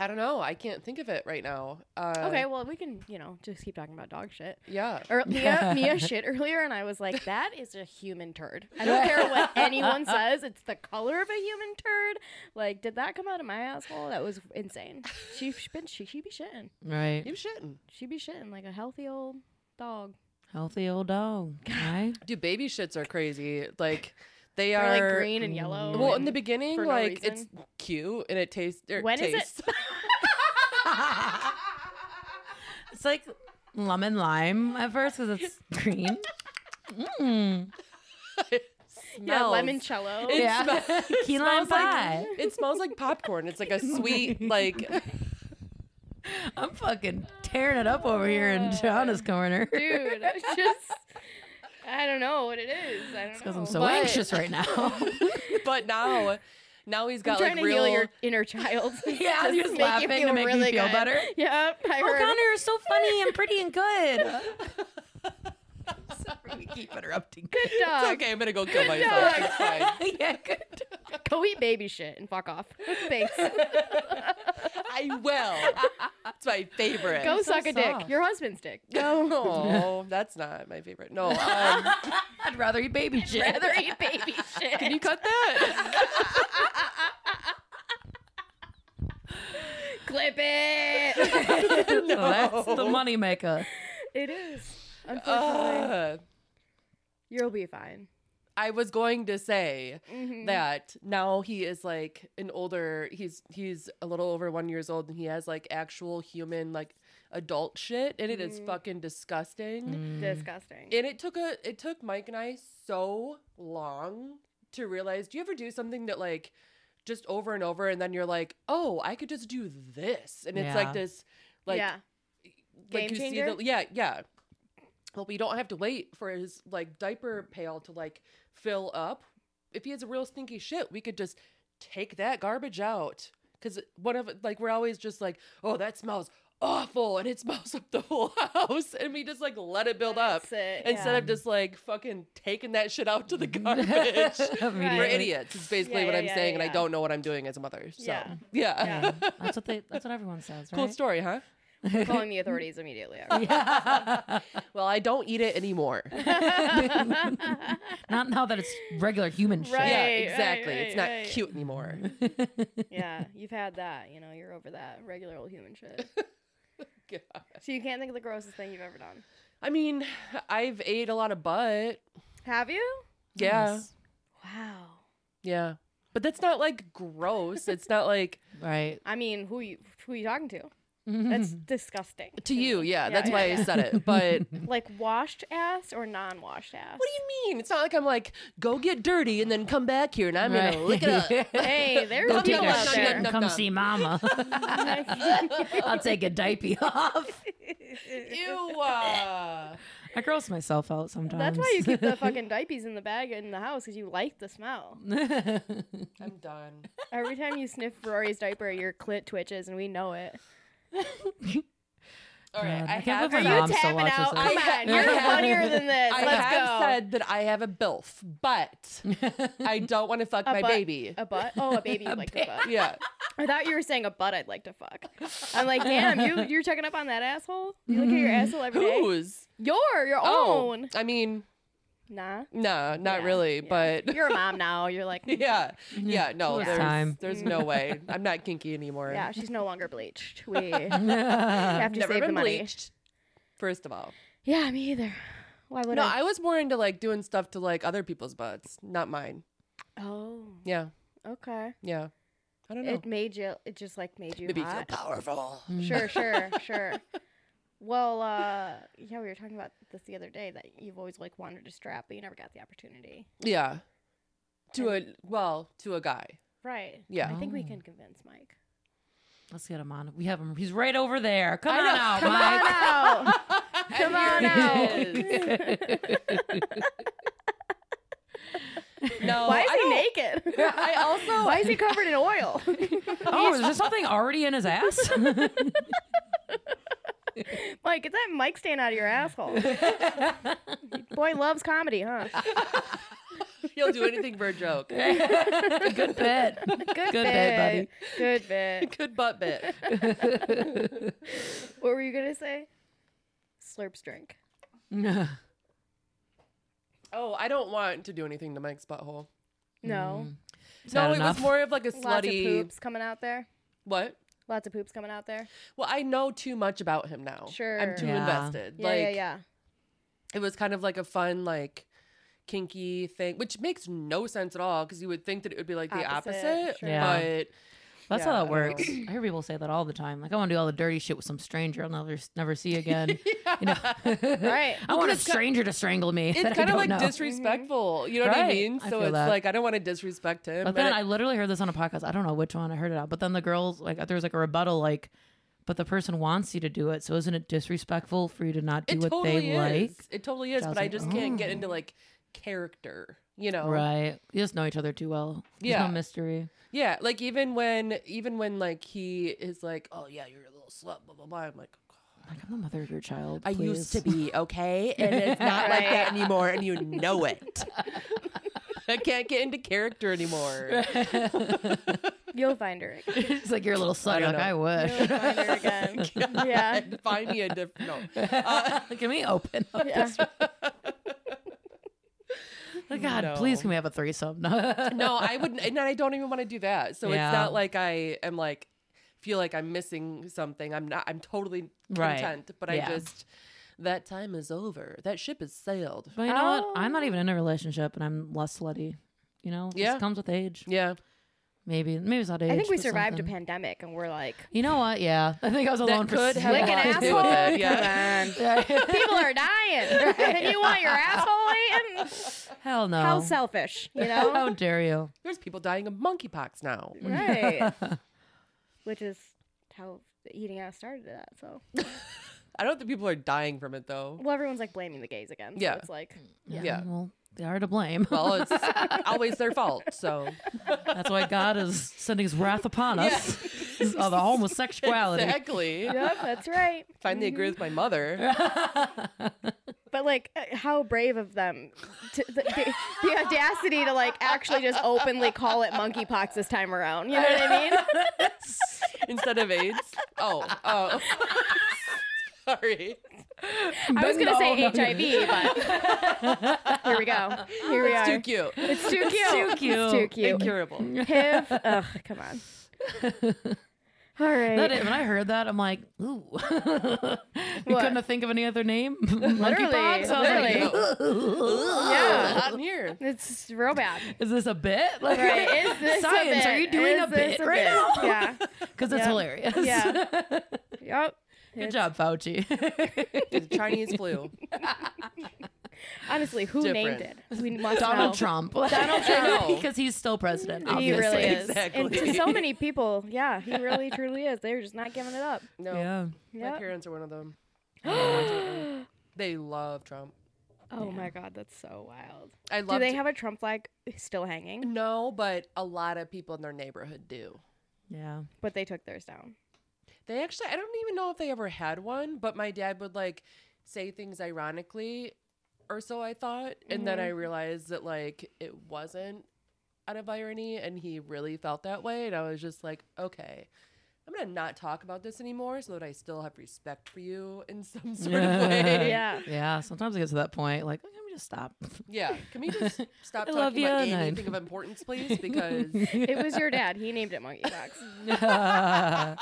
C: i don't know i can't think of it right now uh
B: Okay, well, we can, you know, just keep talking about dog shit.
C: yeah
B: Or Mia, Mia shit earlier, and I was like, that is a human turd. I don't care what anyone says, it's the color of a human turd. Like, did that come out of my asshole? That was insane. She been she she be shitting.
A: Right.
C: you shitting
B: She be shitting like a healthy old dog.
A: Healthy old dog. Right?
C: dude baby shits are crazy like they
B: They're
C: are
B: like green and yellow.
C: well in
B: and
C: the beginning
B: for no
C: like it's
B: reason.
C: cute and it tastes er,
B: When is it-
C: tastes.
A: it's like lemon lime at first because it's green. Mm.
C: it
B: yeah,
C: smells.
B: lemoncello.
C: It
A: Yeah.
C: smells- it
A: Key lime
C: smells like-
A: pie.
C: it smells like popcorn it's like a sweet like
A: I'm fucking tearing it up over here in Shauna's corner.
B: dude. it's just I don't know what it is. I don't
A: Because
B: know.
A: I'm so
C: But-
A: anxious right now.
C: but now now he's
B: I'm
C: got
B: trying
C: like
B: to
C: real
B: heal your inner child.
A: Yeah,
B: Just
A: you're just
B: make you
A: laughing to
B: feel
A: make me
B: really
A: feel
B: good.
A: better.
B: Yep, I
A: oh,
B: heard.
A: Connor is so funny and pretty and good. Sorry, we keep interrupting.
B: Good dog.
C: it's okay i'm gonna go kill myself
B: dog.
C: it's fine
A: yeah, good. dog.
B: Go eat baby shit and fuck off. Thanks.
C: I will. It's my favorite.
B: Go
A: so
B: suck a dick.
A: soft.
B: Your husband's dick.
C: No, that's not my favorite. No. Um,
A: I'd rather eat baby shit.
B: Rather eat baby shit.
C: can you cut that?
B: clip it?
A: That's the moneymaker.
B: it is. Unfortunately,
C: Uh,
B: you'll be fine.
C: I was going to say
B: Mhm.
A: Mm-hmm.
C: that now he is like an older. He's he's a little over one years old, and he has like actual human like adult shit, and it
A: Mm-hmm.
C: is fucking disgusting.
A: Mm.
B: Disgusting.
C: And it took a it took Mike and I so long to realize. Do you ever do something that like just over and over, and then you're like, oh, I could just do this, and it's
A: Yeah.
C: like this, like
B: yeah.
C: like
B: Game
C: you see
B: changer?
C: the yeah yeah. Well, we don't have to wait for his like diaper pail to like fill up. If he has a real stinky shit, we could just take that garbage out. Cause one of like we're always just like, oh, that smells awful, and it smells up the whole house, and we just like let it build up
B: That's it,
C: instead
B: yeah.
C: of just like fucking taking that shit out to the garbage. We're
A: Immediately.
C: idiots. Is basically
B: Yeah,
C: what
B: yeah,
C: I'm
B: yeah,
C: saying, and
B: yeah.
C: I don't know what I'm doing as a mother. So
B: Yeah.
C: yeah,
B: Yeah.
A: That's what they. That's what everyone says. Right?
C: cool story, huh?
B: We're calling the authorities immediately.
C: Well, I don't eat it anymore.
A: Not now that it's regular human shit.
C: Yeah,
B: Right,
C: exactly.
B: right,
C: it's not
B: right. Mm-hmm.
C: cute anymore.
B: yeah, you've had that. You know, you're over that regular old human shit.
C: God.
B: So you can't think of the grossest thing you've ever done.
C: I mean, I've ate a lot of butt.
B: Have you?
C: Yeah.
A: Yes.
B: Wow.
C: Yeah. But that's not like gross. It's not like
A: Right.
B: I mean, who you who you talking to? That's disgusting.
C: to you.
B: me.
C: Yeah. that's
B: yeah,
C: why
B: yeah.
C: I said it. But what
B: Like washed ass or non-washed ass?
C: do you mean? It's not like I'm like, go get dirty and then come back here and I'm
A: Right.
C: going to lick it up.
B: Hey, there's
C: Go
A: I'll take
C: take
B: people
C: a
A: a
B: out
C: shit
A: shirt
B: there.
A: and come see mama. I'll take a diaper off.
C: Ew. uh,
A: I gross myself out sometimes.
B: That's why you keep the fucking diapers in the bag in the house because you like the smell.
C: I'm done.
B: Every time you sniff Rory's diaper, your clit twitches and we know it.
C: All right.
A: God,
C: I,
A: I can't
C: have,
A: believe my
B: Are you
A: mom still
B: tapping
A: watches
B: out?
A: this.
B: Come
C: I-
B: on, you're funnier than this.
C: I
B: Let's
C: have
B: go.
C: said that I have a bilf, but I don't want to fuck my
B: butt-
C: baby.
B: A butt? Oh, a baby you'd like to fuck.
C: yeah.
B: I thought you were saying a butt I'd like to fuck. I'm like, damn, you you're checking up on that asshole? You look at
C: Mm-hmm.
B: your asshole every day.
C: Whose?
B: Your your
C: Oh,
B: own.
C: I mean,
B: Nah.
C: nah, not
B: Yeah,
C: really,
B: yeah.
C: but
B: you're a mom now. You're like,
C: yeah, yeah, no,
A: It's
C: there's,
A: Mm-hmm. time.
C: there's no way. I'm not kinky anymore.
B: Mm. yeah, she's no longer bleached. We have to
C: never
B: save the
C: been
B: money.
C: bleached. First of all,
B: Yeah, me either. Why would
C: no,
B: I?
C: I was more into like doing stuff to like other people's butts, not mine.
B: Oh,
C: Yeah,
B: okay.
C: yeah. I don't know.
B: It made you. It just like made you
C: Maybe feel
B: hot.
C: powerful.
A: Mm.
B: Sure, sure, sure. Well, uh, yeah, we were talking about this the other day that you've always like wanted to strap, but you never got the opportunity.
C: Yeah. To a well, to a guy.
B: Right.
C: Yeah.
B: I think we
A: Oh.
B: can convince Mike.
A: Let's get him on. We have him. He's right over there. Come
C: I
A: on
C: know.
A: out,
B: Come on
A: Mike.
B: out. Come on out.
C: Yes. no,
B: Why is
C: I
B: he
C: don't-
B: naked?
C: I also
B: Why is he covered in oil?
A: Oh, is there something already in his ass?
B: Mike, get that mic stand out of your asshole. Boy loves comedy, huh?
C: he'll do anything for a joke.
A: Good bet.
B: Good,
A: Good bit,
B: Good bit.
C: Good butt bit.
B: What were you gonna say? Slurps drink.
A: Mm.
C: Oh, I don't want to do anything to Mike's butthole.
B: No.
C: No,
A: that
C: it
A: enough?
C: was more of like a
B: Lots of
C: Mm. slutty.
B: poops coming out there.
C: What?
B: Lots of poops coming out there.
C: Well, I know too much about him now.
B: Sure.
C: I'm too
A: Yeah.
C: invested.
B: Yeah,
C: like
B: yeah, yeah.
C: it was kind of like a fun, like kinky thing, which makes no sense at all because you would think that it would be like the
B: Opposite,
C: opposite.
B: sure.
A: Yeah.
C: But
A: That's
C: Yeah,
A: how
C: I
A: that
C: don't
A: works. I hear people say that all the time. Like, I want to do all the dirty shit with some stranger I'll never never see again. You know,
B: Right.
A: I want a
C: it's ki-
A: stranger to strangle me. that I
C: it's kind
A: don't
C: of like
A: know. Mm-hmm.
C: disrespectful. You know what I
A: Right.
C: mean?
A: I
C: So
A: feel
C: it's
A: that.
C: like I don't want to disrespect him.
A: But then I literally heard this on a podcast. I don't know which one I heard it on. But then the girls like there was like a rebuttal like, but the person wants you to do it, so isn't it disrespectful for you to not do
C: it
A: what
C: totally
A: they
C: is.
A: like?
C: It totally is.
A: So I was
C: But I
A: like,
C: just can't get
A: oh.
C: into like character. You know?
A: Right. You just know each other too well. There's
C: Oh. Yeah.
A: no mystery.
C: Yeah. Like even when even when like he is like, oh yeah, you're a little slut, blah blah blah. I'm like.
A: Like I'm the mother of your child.
C: I used to
A: please.
C: be, okay? And it's not like that anymore, and you know it. I can't get into character anymore.
B: You'll find her again.
A: it's like you're a little slut.
C: I
A: You're
C: don't
A: Like I
B: You'll
A: wish.
B: find her again. yeah.
C: Oh, Find me a different. No.
A: can we open up
B: Yeah.
A: this? Like, God,
C: No.
A: please, can we have a threesome? No.
C: no, I wouldn't, and I don't even want to do that. So
A: Yeah.
C: it's not like I am like feel like I'm missing something. I'm not. I'm totally
A: Right.
C: content, but
A: Yeah.
C: I just that time is over. That ship has sailed.
A: But you know
B: Oh.
A: what? I'm not even in a relationship, and I'm less slutty. You know, it
C: Yeah.
A: just comes with age.
C: Yeah,
A: Maybe, maybe it's not age.
B: I think we
A: but
B: survived
A: something.
B: a pandemic and we're like
A: You know what? Yeah, I think I was alone for
C: that could
A: s-
C: have
B: lick
C: a
B: an
C: lot to do with
B: asshole?
C: it. Yeah.
A: Yeah.
B: people are dying. and you want your asshole eaten?
A: Hell
C: Oh.
A: no.
B: How selfish, you know?
A: How dare you?
C: There's people dying of monkeypox now.
B: right. Which is how the eating out started that. So
C: I don't think people are dying from it though.
B: well, everyone's like blaming the gays again. So
C: Yeah.
B: it's like
C: Yeah.
A: Well, they are to blame.
C: Well, it's always their fault. So
A: That's why God is sending His wrath upon us. of the homosexuality.
C: exactly.
B: yep, that's right.
C: Finally agree with my mother.
B: But like, uh, how brave of them, to, the, the, the audacity to like actually just openly call it monkeypox this time around. You know what I mean?
C: instead of AIDS. Oh, oh. Sorry.
B: I was gonna
A: No,
B: say
A: no,
B: HIV, but here we go. Here we
C: It's
B: are.
C: too cute.
B: It's too cute. It's too
A: cute.
B: cute.
C: Incurable.
B: Piv. Ugh, come on. All right.
A: That is, when I heard that, I'm like, ooh. you couldn't have think of any other name? Monkeypox? I was like, ooh.
B: yeah.
C: Oh, I'm here.
B: It's real bad.
A: Is this a bit? Like,
B: Right. Is this a
A: Science, are
B: bit?
A: you doing
B: Is
A: a
B: this
A: bit right now?
B: Yeah.
A: Because it's
B: Yeah.
A: hilarious.
B: Yeah. Yep.
A: Good job, Fauci.
C: The Chinese flu.
B: Honestly, who named
C: Different.
B: it? We must
A: Donald
B: know.
A: Trump.
C: Donald Trump.
A: because he's still president,
B: He
A: obviously.
B: really is. And to
C: Exactly.
B: so many people, yeah, he really truly is. They're just not giving it up.
C: No.
A: Yeah.
C: My
B: Yep.
C: parents are one of them. I don't know what's with them. they love Trump.
B: Oh my god, that's so wild.
C: I
B: Do
C: love
B: they have a Trump flag still hanging?
C: No, but a lot of people in their neighborhood do.
A: Yeah.
B: But they took theirs down.
C: They actually I don't even know if they ever had one, but my dad would like say things ironically or so I thought. And then
A: Mm-hmm.
C: I realized that like it wasn't out of irony and he really felt that way and I was just like, okay. I'm gonna not talk about this anymore so that I still have respect for you in some sort of way.
B: Yeah.
A: Yeah. Sometimes it gets to that point, like, let me just stop.
C: Yeah. Can we just stop
A: I
C: talking
A: love
C: about
A: you, and I-
C: anything of importance, please? Because
B: It was your dad. He named it monkeypox.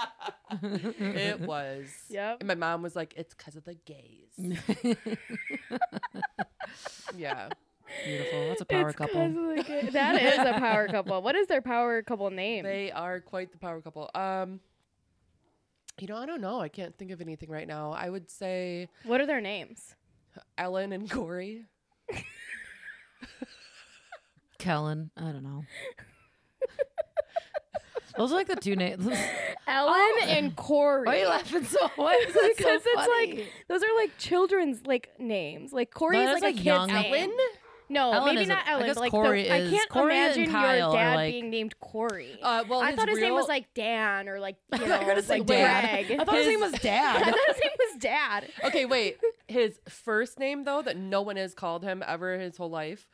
C: it was.
B: Yep.
C: And my mom was like, it's because of the gays. yeah.
A: Beautiful. That's a power couple.
B: that is a power couple. What is their power couple name?
C: They are quite the power couple. Um, you know, I don't know. I can't think of anything right now. I would say
B: what are their names?
C: Ellen and Corey.
A: Kellen. I don't know. Those are like the two names. Why
B: Ellen and Corey.
A: are you laughing so Why is that
B: because
A: so
B: it's
A: funny?
B: like those are like children's like names. Like Corey's
A: that's
B: like,
A: like
B: a kid's
A: young.
B: name.
C: Ellen?
B: No,
A: Ellen
B: maybe
A: isn't.
B: not
A: I
B: Ellen.
A: guess
B: but like
A: Corey
B: the, I
A: is-
B: can't
A: Corey and
B: imagine
A: Kyle
B: your
A: are,
B: dad
A: like-
B: being named Corey.
A: Oh,
C: Uh, well,
B: I thought his name was
C: real-
B: like Dan or like you know,
A: thought you were gonna say
B: like
A: Dad.
B: Greg.
A: I thought his name was
B: I
A: Dad.
B: thought his name was Dad.
C: Okay, wait. His first name though, that no one has called him ever his whole life,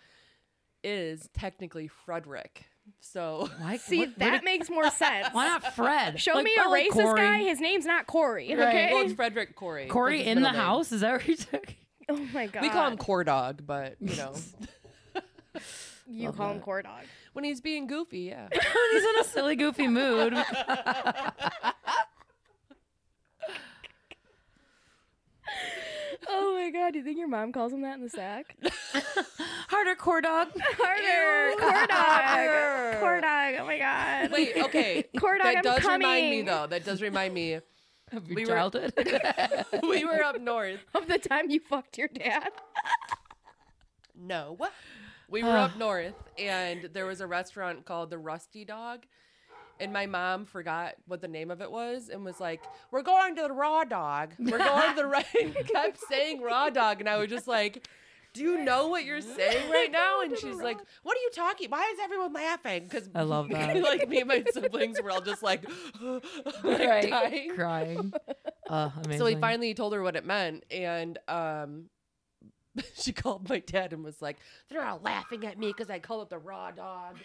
C: is technically Frederick. So
A: Why,
B: See,
A: what- where
B: that
A: did-
B: makes more sense.
A: why not Fred?
B: Show
A: Like,
B: me
A: I
B: a
A: like
B: racist
A: Corey.
B: guy. His name's not Corey. Okay.
C: well, it's Frederick Corey.
A: Corey
C: That's his
A: in the
C: middle name.
A: house? Is that what you took?
B: oh my god.
C: We call him Core Dog, but you know,
B: You call him Corey Dog.
C: when he's being goofy, yeah.
A: He's in a silly, goofy mood.
B: Oh my god. Do you think your mom calls him that in the sack?
A: Harder, core dog.
B: Harder. Corey Dog. Corey Dog. Oh my god.
C: Wait, okay.
B: Corey Dog,
C: that
B: I'm
C: does remind me
B: coming.
C: though. That does remind me.
A: Of
C: We
A: your
C: were-
A: childhood.
C: we were up north.
B: Of the time you fucked your dad.
C: No. We were up north and there was a restaurant called the Rusty Dog. And my mom forgot what the name of it was and was like, We're going to the raw dog. We're going to the right kept saying raw dog. And I was just like, Do you know what you're saying right now? And she's like, What are you talking? Why is everyone laughing? Because
A: I love that.
C: like me and my siblings were all just like, like
A: Right.
C: dying.
A: Crying. Uh, amazing.
C: So he finally told her what it meant, and um, she called my dad and was like, "They're all laughing at me because I called it the raw dog."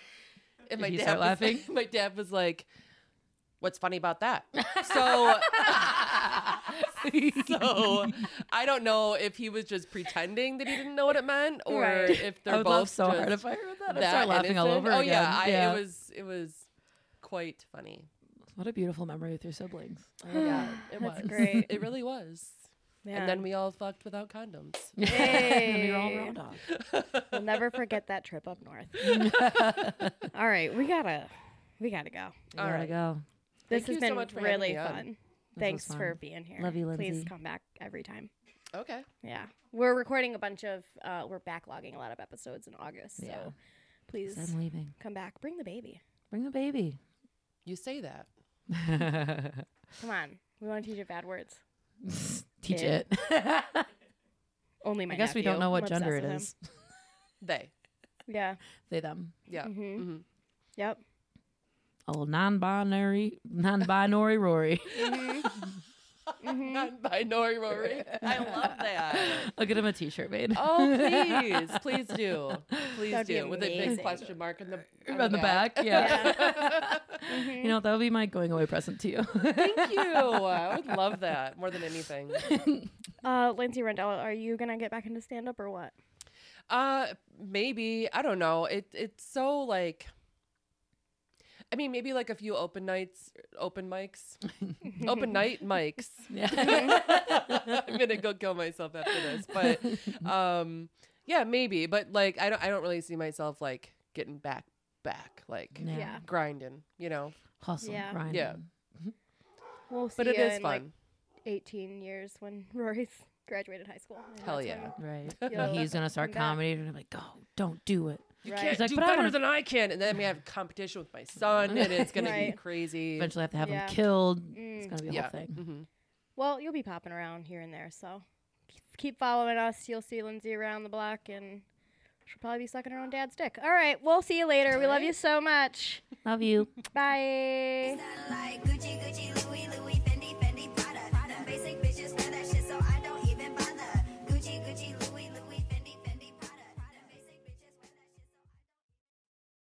C: And my
A: Did he
C: dad
A: start
C: was,
A: laughing?
C: My dad was like, "What's funny about that?" So, so I don't know if he was just pretending that he didn't know what it meant, or
B: Right.
C: if they're
A: I would
C: both
A: love so
C: just
A: hard if I heard that.
C: that
A: I'd start laughing all
C: innocent.
A: over
C: Oh
A: again.
C: yeah, I, it was it was quite funny.
A: What a beautiful memory with your siblings.
C: Oh yeah, it
B: That's
C: was
B: great.
C: It really was.
B: Yeah.
C: And then we all fucked without condoms.
A: And we were all
B: Hey.
A: raw dog.
B: We'll never forget that trip up north. All right, we gotta, we gotta go.
A: All
C: All
A: right,
C: right.
A: go.
B: This
C: you
B: has
C: so
B: been
C: much for having
B: really
C: me on.
B: fun. Thanks
A: fun.
B: for being here.
A: Love you,
B: Please
A: Lindsay.
B: come back every time.
C: Okay.
B: Yeah, we're recording a bunch of, uh, we're backlogging a lot of episodes in August. So
A: Yeah.
B: please
A: I'm leaving.
B: come back. Bring the baby.
A: Bring the baby.
C: You say that.
B: Come on. We want to teach it bad words.
A: Teach
B: Yeah.
A: it. I
B: Only my.
A: guess we don't
B: nephew.
A: know
B: I'm
A: what
B: obsessed
A: gender it
B: with him.
A: is.
C: They.
B: Yeah.
A: They them.
C: Yeah.
B: Mhm.
C: Mhm.
B: Yep.
A: Old non-binary, non-binary Rory. Mm-hmm.
C: Not by Nori Rory. I love that.
A: I'll get him a T-shirt made.
C: Oh please, please do, please
B: That'd be
C: do. With a big
B: amazing.
C: question mark in the on
A: on the back. Yeah.
B: Mhm.
A: You know that'll be my going away present to you.
C: Mm-hmm. Thank you. I would love that more than anything.
B: Uh, Lindsay Rendell, are you gonna get back into stand up or what?
C: Uh, maybe I don't know. It it's so like. I mean, maybe like a few open nights, open mics, open night mics.
A: yeah.
C: I'm gonna go kill myself after this. But um yeah, maybe. But like I don't I don't really see myself like getting back back, like
A: Yeah.
B: Yeah.
C: grinding, you know.
A: Hustle.
B: Yeah.
A: grinding.
C: Yeah.
B: We'll see.
C: But it
B: ya
C: is
B: in, like,
C: fun.
B: 18 years when Rory's graduated high school. and
C: Hell
B: that's
C: yeah.
A: Right.
B: Yo,
A: And he's gonna start
B: come back.
A: comedy, and I'm like, oh, don't do it.
B: when-
C: Can't
A: He's
B: Right.
A: like,
C: do
A: "But I
C: better
A: wanna-"
C: than I can. And then we have competition with my son and it's gonna be
B: Right.
C: crazy.
A: Eventually, I have to have
B: Yeah.
A: him killed. It's
B: Mm.
A: gonna be a
C: yeah.
A: whole thing.
C: Mhm.
B: Well, you'll be popping around here and there, so keep following us. You'll see Lindsay around the block, and she'll probably be sucking her own dad's dick. All right, we'll see you later. We love you so much.
A: Love you.
B: Bye.
D: Like Gucci, Gucci, Louis, Louis, Fendi, Fendi.